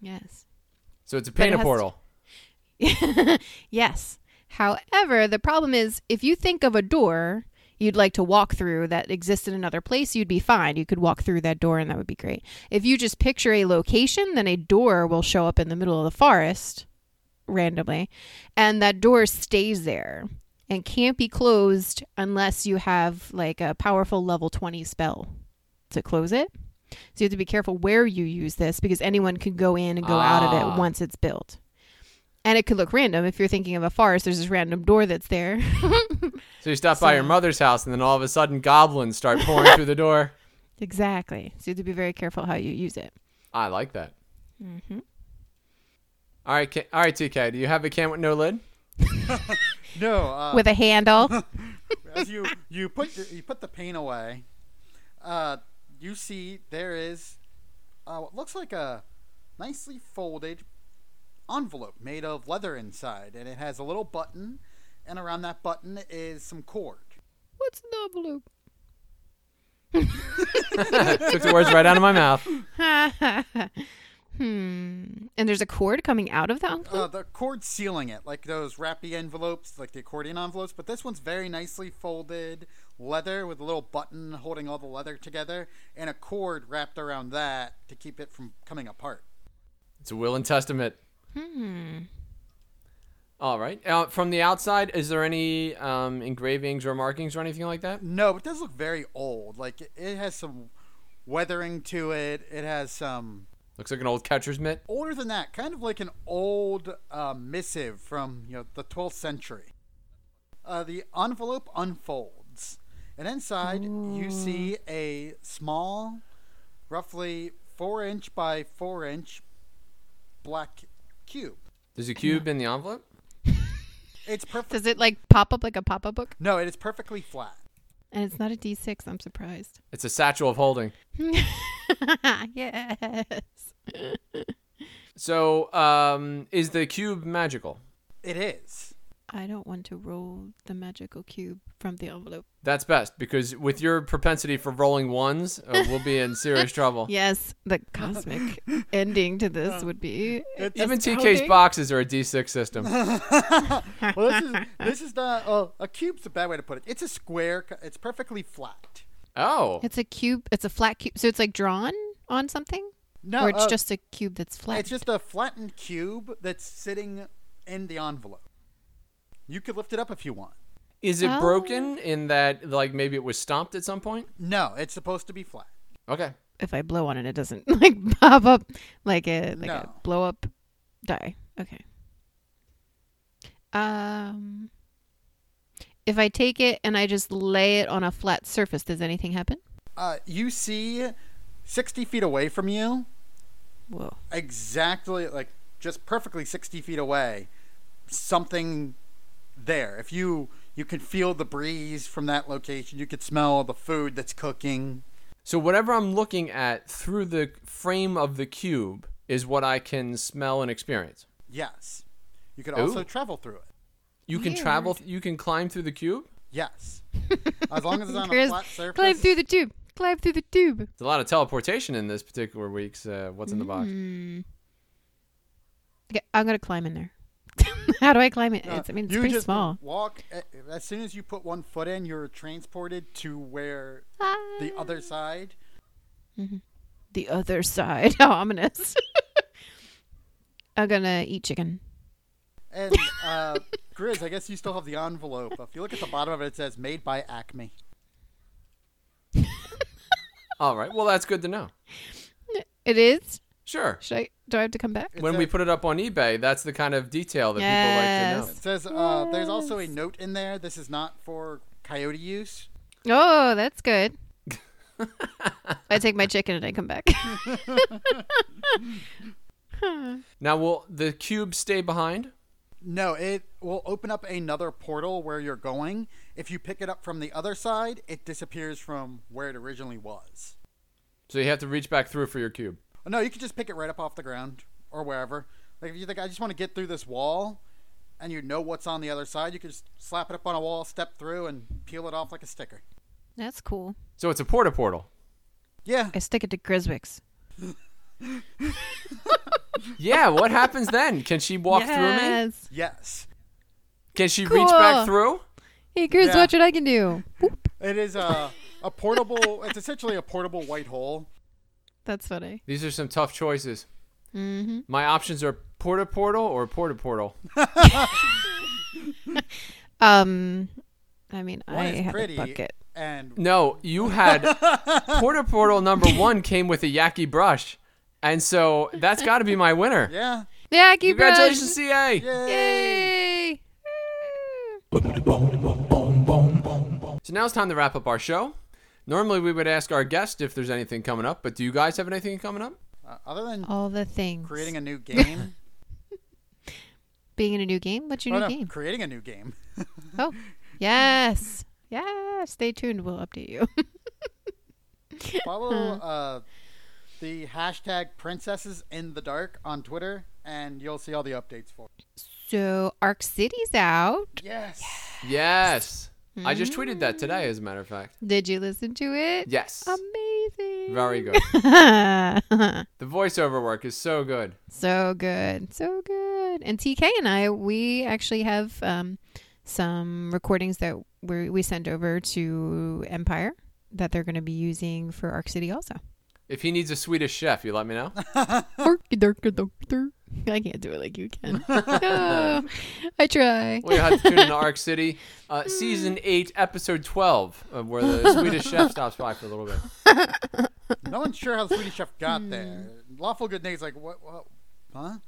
[SPEAKER 1] Yes.
[SPEAKER 2] So it's a
[SPEAKER 1] it
[SPEAKER 2] paint
[SPEAKER 1] has
[SPEAKER 2] portal.
[SPEAKER 1] yes. However, the problem is if you think of a door, you'd like to walk through that exists in another place, you'd be fine. You could walk through that door and that would be great. If you just picture a location, then a door will show up in the middle of the forest randomly, and that door stays there and can't be closed unless you have like a powerful level 20 spell to close it. So you have to be careful where you use this because anyone could go in and go out of
[SPEAKER 2] Ah.
[SPEAKER 1] it once it's built. And it could look random. If you're thinking of a forest, there's this random door that's there.
[SPEAKER 2] So you stop by your mother's house, and then all of a sudden, goblins start pouring through the door.
[SPEAKER 1] exactly. So you have to be very careful how you use it.
[SPEAKER 2] I like that. All right, K- all right, TK. Do you have a can with no lid?
[SPEAKER 5] No, uh,
[SPEAKER 1] With a handle.
[SPEAKER 5] as you you put the, you put the paint away, uh, you see there is uh, what looks like a nicely folded envelope made of leather inside, and it has a little button, and around that button is some cord.
[SPEAKER 1] What's an envelope?
[SPEAKER 2] Took the words right out of my mouth.
[SPEAKER 1] hmm. And there's a cord coming out of the envelope?
[SPEAKER 5] Uh, the cord sealing it, like those wrappy envelopes, like the accordion envelopes, but this one's very nicely folded leather with a little button holding all the leather together, and a cord wrapped around that to keep it from coming apart.
[SPEAKER 2] It's a will and testament. Hmm. All right. Uh, from the outside, is there any um, engravings or markings or anything like that?
[SPEAKER 5] No, it does look very old. Like it- it has some weathering to it. It has some
[SPEAKER 2] Looks like an old catcher's mitt.
[SPEAKER 5] older than that, kind of like an old uh, missive from you know the 12th century. Uh, the envelope unfolds, and inside you see a small, roughly four inch by four inch black cube.
[SPEAKER 2] There's a cube in the envelope.
[SPEAKER 5] It's perfect.
[SPEAKER 1] Does it like pop up like a pop up book?
[SPEAKER 5] No, it is perfectly flat.
[SPEAKER 1] And it's not a D6. I'm surprised.
[SPEAKER 2] It's a satchel of holding.
[SPEAKER 1] yes.
[SPEAKER 2] So, um, is the cube magical?
[SPEAKER 5] It is.
[SPEAKER 1] I don't want to roll the magical cube from the envelope.
[SPEAKER 2] That's best because with your propensity for rolling ones, uh, we'll be in serious trouble.
[SPEAKER 1] Yes, the cosmic ending to this would be.
[SPEAKER 2] Even TK's
[SPEAKER 1] astounding.
[SPEAKER 2] boxes are a D6 system.
[SPEAKER 5] Well, this is this is the uh, a cube's a bad way to put it. It's a square. c- It's perfectly flat.
[SPEAKER 2] Oh,
[SPEAKER 1] It's a cube. It's a flat cube. So it's like drawn on something,
[SPEAKER 5] No,
[SPEAKER 1] or it's
[SPEAKER 5] uh,
[SPEAKER 1] just a cube that's flat.
[SPEAKER 5] It's just a flattened cube that's sitting in the envelope. You could lift it up if you want.
[SPEAKER 2] is it
[SPEAKER 1] Oh.
[SPEAKER 2] broken in that like maybe it was stomped at some point?
[SPEAKER 5] No, it's supposed to be flat.
[SPEAKER 2] Okay.
[SPEAKER 1] if I blow on it, it doesn't like pop up like a like a
[SPEAKER 5] No.
[SPEAKER 1] blow up die. Okay. Um, if I take it and I just lay it on a flat surface, does anything happen?
[SPEAKER 5] Uh, you see, sixty feet away from you,
[SPEAKER 1] Whoa.
[SPEAKER 5] exactly like just perfectly sixty feet away, something there. If you you can feel the breeze from that location, you could smell the food that's cooking.
[SPEAKER 2] So whatever I'm looking at through the frame of the cube is what I can smell and experience.
[SPEAKER 5] Yes, you could also
[SPEAKER 2] Ooh.
[SPEAKER 5] travel through it.
[SPEAKER 2] You can travel. You can climb through the cube.
[SPEAKER 5] Yes, as long as it's on a
[SPEAKER 1] Chris,
[SPEAKER 5] flat surface.
[SPEAKER 1] climb through the tube. Climb through the tube.
[SPEAKER 2] There's a lot of teleportation in this particular week's uh, What's in the Box.
[SPEAKER 5] Hmm.
[SPEAKER 1] Okay, I'm gonna climb in there. How do I climb it?
[SPEAKER 5] Uh,
[SPEAKER 1] It's, I mean, it's
[SPEAKER 5] you
[SPEAKER 1] pretty
[SPEAKER 5] just
[SPEAKER 1] small.
[SPEAKER 5] Walk a- as soon as you put one foot in, you're transported to where the
[SPEAKER 1] Ah.
[SPEAKER 5] other side.
[SPEAKER 1] The other side. How ominous. I'm gonna eat chicken.
[SPEAKER 5] And uh, Grizz, I guess you still have the envelope. If you look at the bottom of it, it says "Made by Acme."
[SPEAKER 2] All right. Well, that's good to know.
[SPEAKER 1] It is.
[SPEAKER 2] Sure.
[SPEAKER 1] Should I? Do I have to come back?
[SPEAKER 5] It's
[SPEAKER 2] When we
[SPEAKER 5] a-
[SPEAKER 2] put it up on eBay, that's the kind of detail that people
[SPEAKER 1] Yes.
[SPEAKER 2] like to know.
[SPEAKER 5] it says uh, there's also a note in there. This is not for coyote use.
[SPEAKER 1] Oh, that's good. I take my chicken and I come back.
[SPEAKER 2] Now, will the cube stay behind?
[SPEAKER 5] No, it will open up another portal where you're going. If you pick it up from the other side, it disappears from where it originally was.
[SPEAKER 2] So you have to reach back through for your cube.
[SPEAKER 5] No, you could just pick it right up off the ground or wherever. Like if you think I just want to get through this wall, and you know what's on the other side, you could just slap it up on a wall, step through, and peel it off like a sticker.
[SPEAKER 1] that's cool.
[SPEAKER 2] So it's a porta portal.
[SPEAKER 5] Yeah,
[SPEAKER 1] I stick it to Griswick's.
[SPEAKER 2] Yeah. What happens then? Can she walk through me?
[SPEAKER 1] yes.
[SPEAKER 5] yes.
[SPEAKER 2] Can she reach back
[SPEAKER 1] Cool.
[SPEAKER 2] through?
[SPEAKER 1] Hey, Cruz,
[SPEAKER 5] Yeah.
[SPEAKER 1] watch what I can do. Boop.
[SPEAKER 5] It is a, a portable. It's essentially a portable white hole.
[SPEAKER 1] That's funny.
[SPEAKER 2] These are some tough choices. Mm-hmm. My options are porta portal or porta portal.
[SPEAKER 1] Um, I mean, I
[SPEAKER 5] One is
[SPEAKER 1] have
[SPEAKER 5] pretty
[SPEAKER 1] a bucket.
[SPEAKER 5] and
[SPEAKER 2] No, you had porta portal number one came with a yaki brush, and so that's got to be my winner.
[SPEAKER 5] yeah,
[SPEAKER 1] Yeah, keep
[SPEAKER 2] Congratulations, CA.
[SPEAKER 1] Yay!
[SPEAKER 2] So now it's time to wrap up our show. Normally we would ask our guest if there's anything coming up, but do you guys have anything coming up?
[SPEAKER 5] uh, other than
[SPEAKER 1] All the things.
[SPEAKER 5] creating a new game,
[SPEAKER 1] Being in a new game. What's your
[SPEAKER 5] oh,
[SPEAKER 1] new
[SPEAKER 5] no,
[SPEAKER 1] game?
[SPEAKER 5] creating a new game.
[SPEAKER 1] Oh, yes. Yes. Stay tuned. We'll update you.
[SPEAKER 5] Follow uh, the hashtag princesses in the dark on Twitter, and you'll see all the updates for. It.
[SPEAKER 1] so, Arc City's out.
[SPEAKER 5] Yes.
[SPEAKER 2] Yes. I just tweeted that today, as a matter of fact.
[SPEAKER 1] Did you listen to it?
[SPEAKER 2] Yes.
[SPEAKER 1] Amazing.
[SPEAKER 2] Very good. The voiceover work is so good.
[SPEAKER 1] so good. So good. And TK and I, we actually have um, some recordings that we we sent over to Empire that they're going to be using for Arc City also.
[SPEAKER 2] If he needs a Swedish chef, you let me know.
[SPEAKER 1] Ark-a-dark-a-dark-a-dark. I can't do it like you can. Oh, I try.
[SPEAKER 2] Well, you'll have to tune into Arc City, uh, season eight, episode twelve, uh, where the Swedish chef stops by for a little bit.
[SPEAKER 5] No one's sure how the Swedish Chef got there. Lawful Good Nate's like, what, what, huh?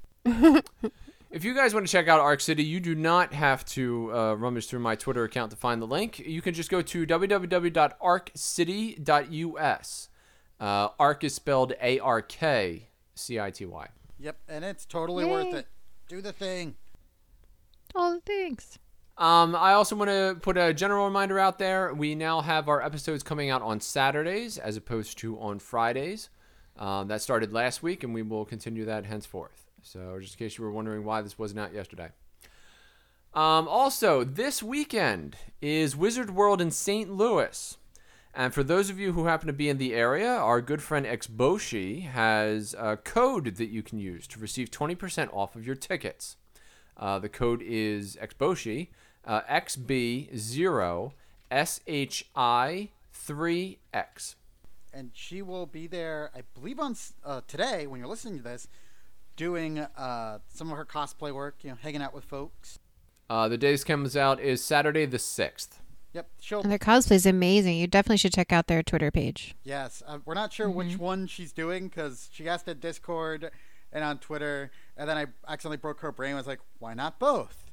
[SPEAKER 2] If you guys want to check out Arc City, you do not have to uh, rummage through my Twitter account to find the link. You can just go to www.arccity.us. Uh, Arc is spelled A R K C I T Y.
[SPEAKER 5] Yep, and it's totally worth it. Do the thing.
[SPEAKER 1] All the things.
[SPEAKER 2] Um, I also want to put a general reminder out there. We now have our episodes coming out on Saturdays as opposed to on Fridays. Um, that started last week, and we will continue that henceforth. So, just in case you were wondering why this wasn't out yesterday. Um, also, this weekend is Wizard World in St. Louis. And for those of you who happen to be in the area, our good friend Exboshi has a code that you can use to receive 20% off of your tickets. Uh, the code is XBOSHI, uh, XB0SHI3X.
[SPEAKER 5] And she will be there, I believe, on s- uh, today when you're listening to this, doing uh, some of her cosplay work. You know, hanging out with folks.
[SPEAKER 2] Uh, the day's comes out is Saturday the 6th.
[SPEAKER 5] Yep, she'll.
[SPEAKER 1] And their cosplay is amazing. You definitely should check out their Twitter page.
[SPEAKER 5] Yes, uh, we're not sure which one she's doing because she asked at Discord and on Twitter, and then I accidentally broke her brain. I was like, why not both?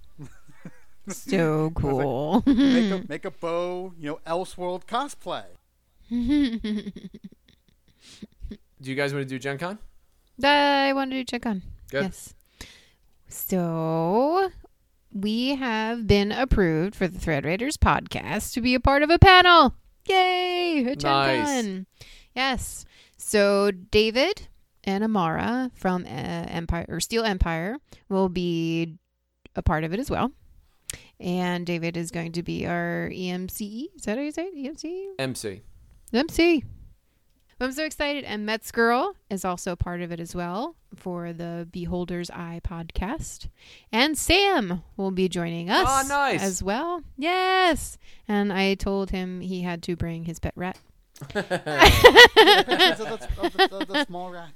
[SPEAKER 1] So cool.
[SPEAKER 5] Make a make a bow, you know, Elseworld cosplay.
[SPEAKER 2] Do you guys want to do Gen Con?
[SPEAKER 1] I wanted to check on.
[SPEAKER 2] Good.
[SPEAKER 1] Yes. So we have been approved for the Thread Raiders podcast to be a part of a panel. Yay! A Gen
[SPEAKER 2] Nice.
[SPEAKER 1] Con. Yes. So David and Amara from uh, Empire or Steel Empire will be a part of it as well. And David is going to be our E EMCE. Is that how you say it? E EMCE?
[SPEAKER 2] MC.
[SPEAKER 1] MC. I'm so excited. And Mets Girl is also part of it as well for the Beholder's Eye podcast. And Sam will be joining us
[SPEAKER 2] Ah, nice.
[SPEAKER 1] as well. Yes. And I told him he had to bring his pet rat
[SPEAKER 5] Pictures of the, of the, of the small rat.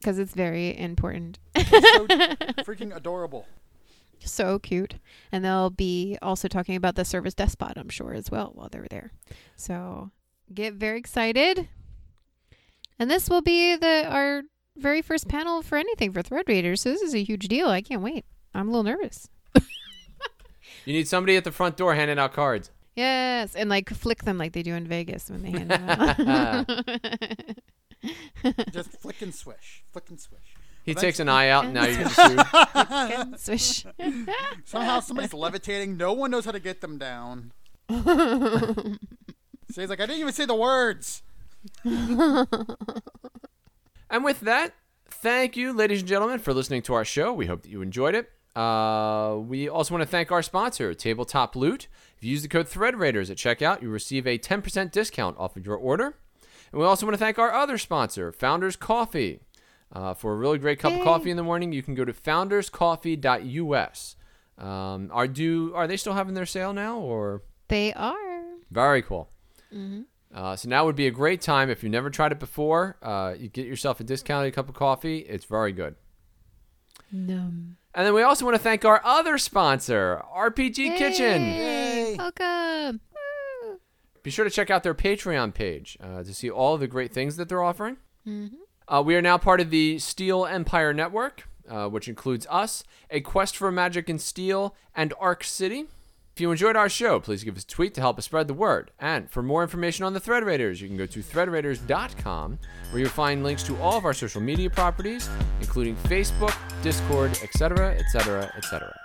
[SPEAKER 1] because it's very important.
[SPEAKER 5] So freaking adorable.
[SPEAKER 1] so cute. And they'll be also talking about the service despot, I'm sure, as well while they're there. So get very excited. And this will be the our very first panel for anything for Thread Raiders. So this is a huge deal. I can't wait. I'm a little nervous.
[SPEAKER 2] You need somebody at the front door handing out cards.
[SPEAKER 1] Yes, and like flick them like they do in Vegas when they hand them out.
[SPEAKER 5] Just flick and swish, flick and swish.
[SPEAKER 2] He
[SPEAKER 5] Well,
[SPEAKER 2] takes an eye out. Now you get sued.
[SPEAKER 1] Okay, swish.
[SPEAKER 5] Somehow somebody's levitating. No one knows how to get them down. so he's like, I didn't even say the words.
[SPEAKER 2] And with that, thank you, ladies and gentlemen, for listening to our show. We hope that you enjoyed it. Uh, we also want to thank our sponsor, Tabletop Loot. If you use the code ThreadRaiders at checkout, you receive a 10% discount off of your order. And we also want to thank our other sponsor, Founders Coffee. Uh, for a really great cup of coffee in the morning, you can go to founderscoffee.us. Um, are do are they still having their sale now or
[SPEAKER 1] They are.
[SPEAKER 2] Very cool. Uh, so now would be a great time if you've never tried it before. Uh, you get yourself a discounted cup of coffee. It's very good.
[SPEAKER 1] Numb.
[SPEAKER 2] And then we also want to thank our other sponsor, RPG Kitchen.
[SPEAKER 1] Yay. Welcome.
[SPEAKER 2] Be sure to check out their Patreon page uh, to see all of the great things that they're offering. Uh, we are now part of the Steel Empire Network, uh, which includes us, A Quest for Magic and Steel, and Arc City. If you enjoyed our show, please give us a tweet to help us spread the word. And for more information on the Thread Raiders, you can go to threadraiders.com, where you'll find links to all of our social media properties, including Facebook, Discord, etc., etc., etc.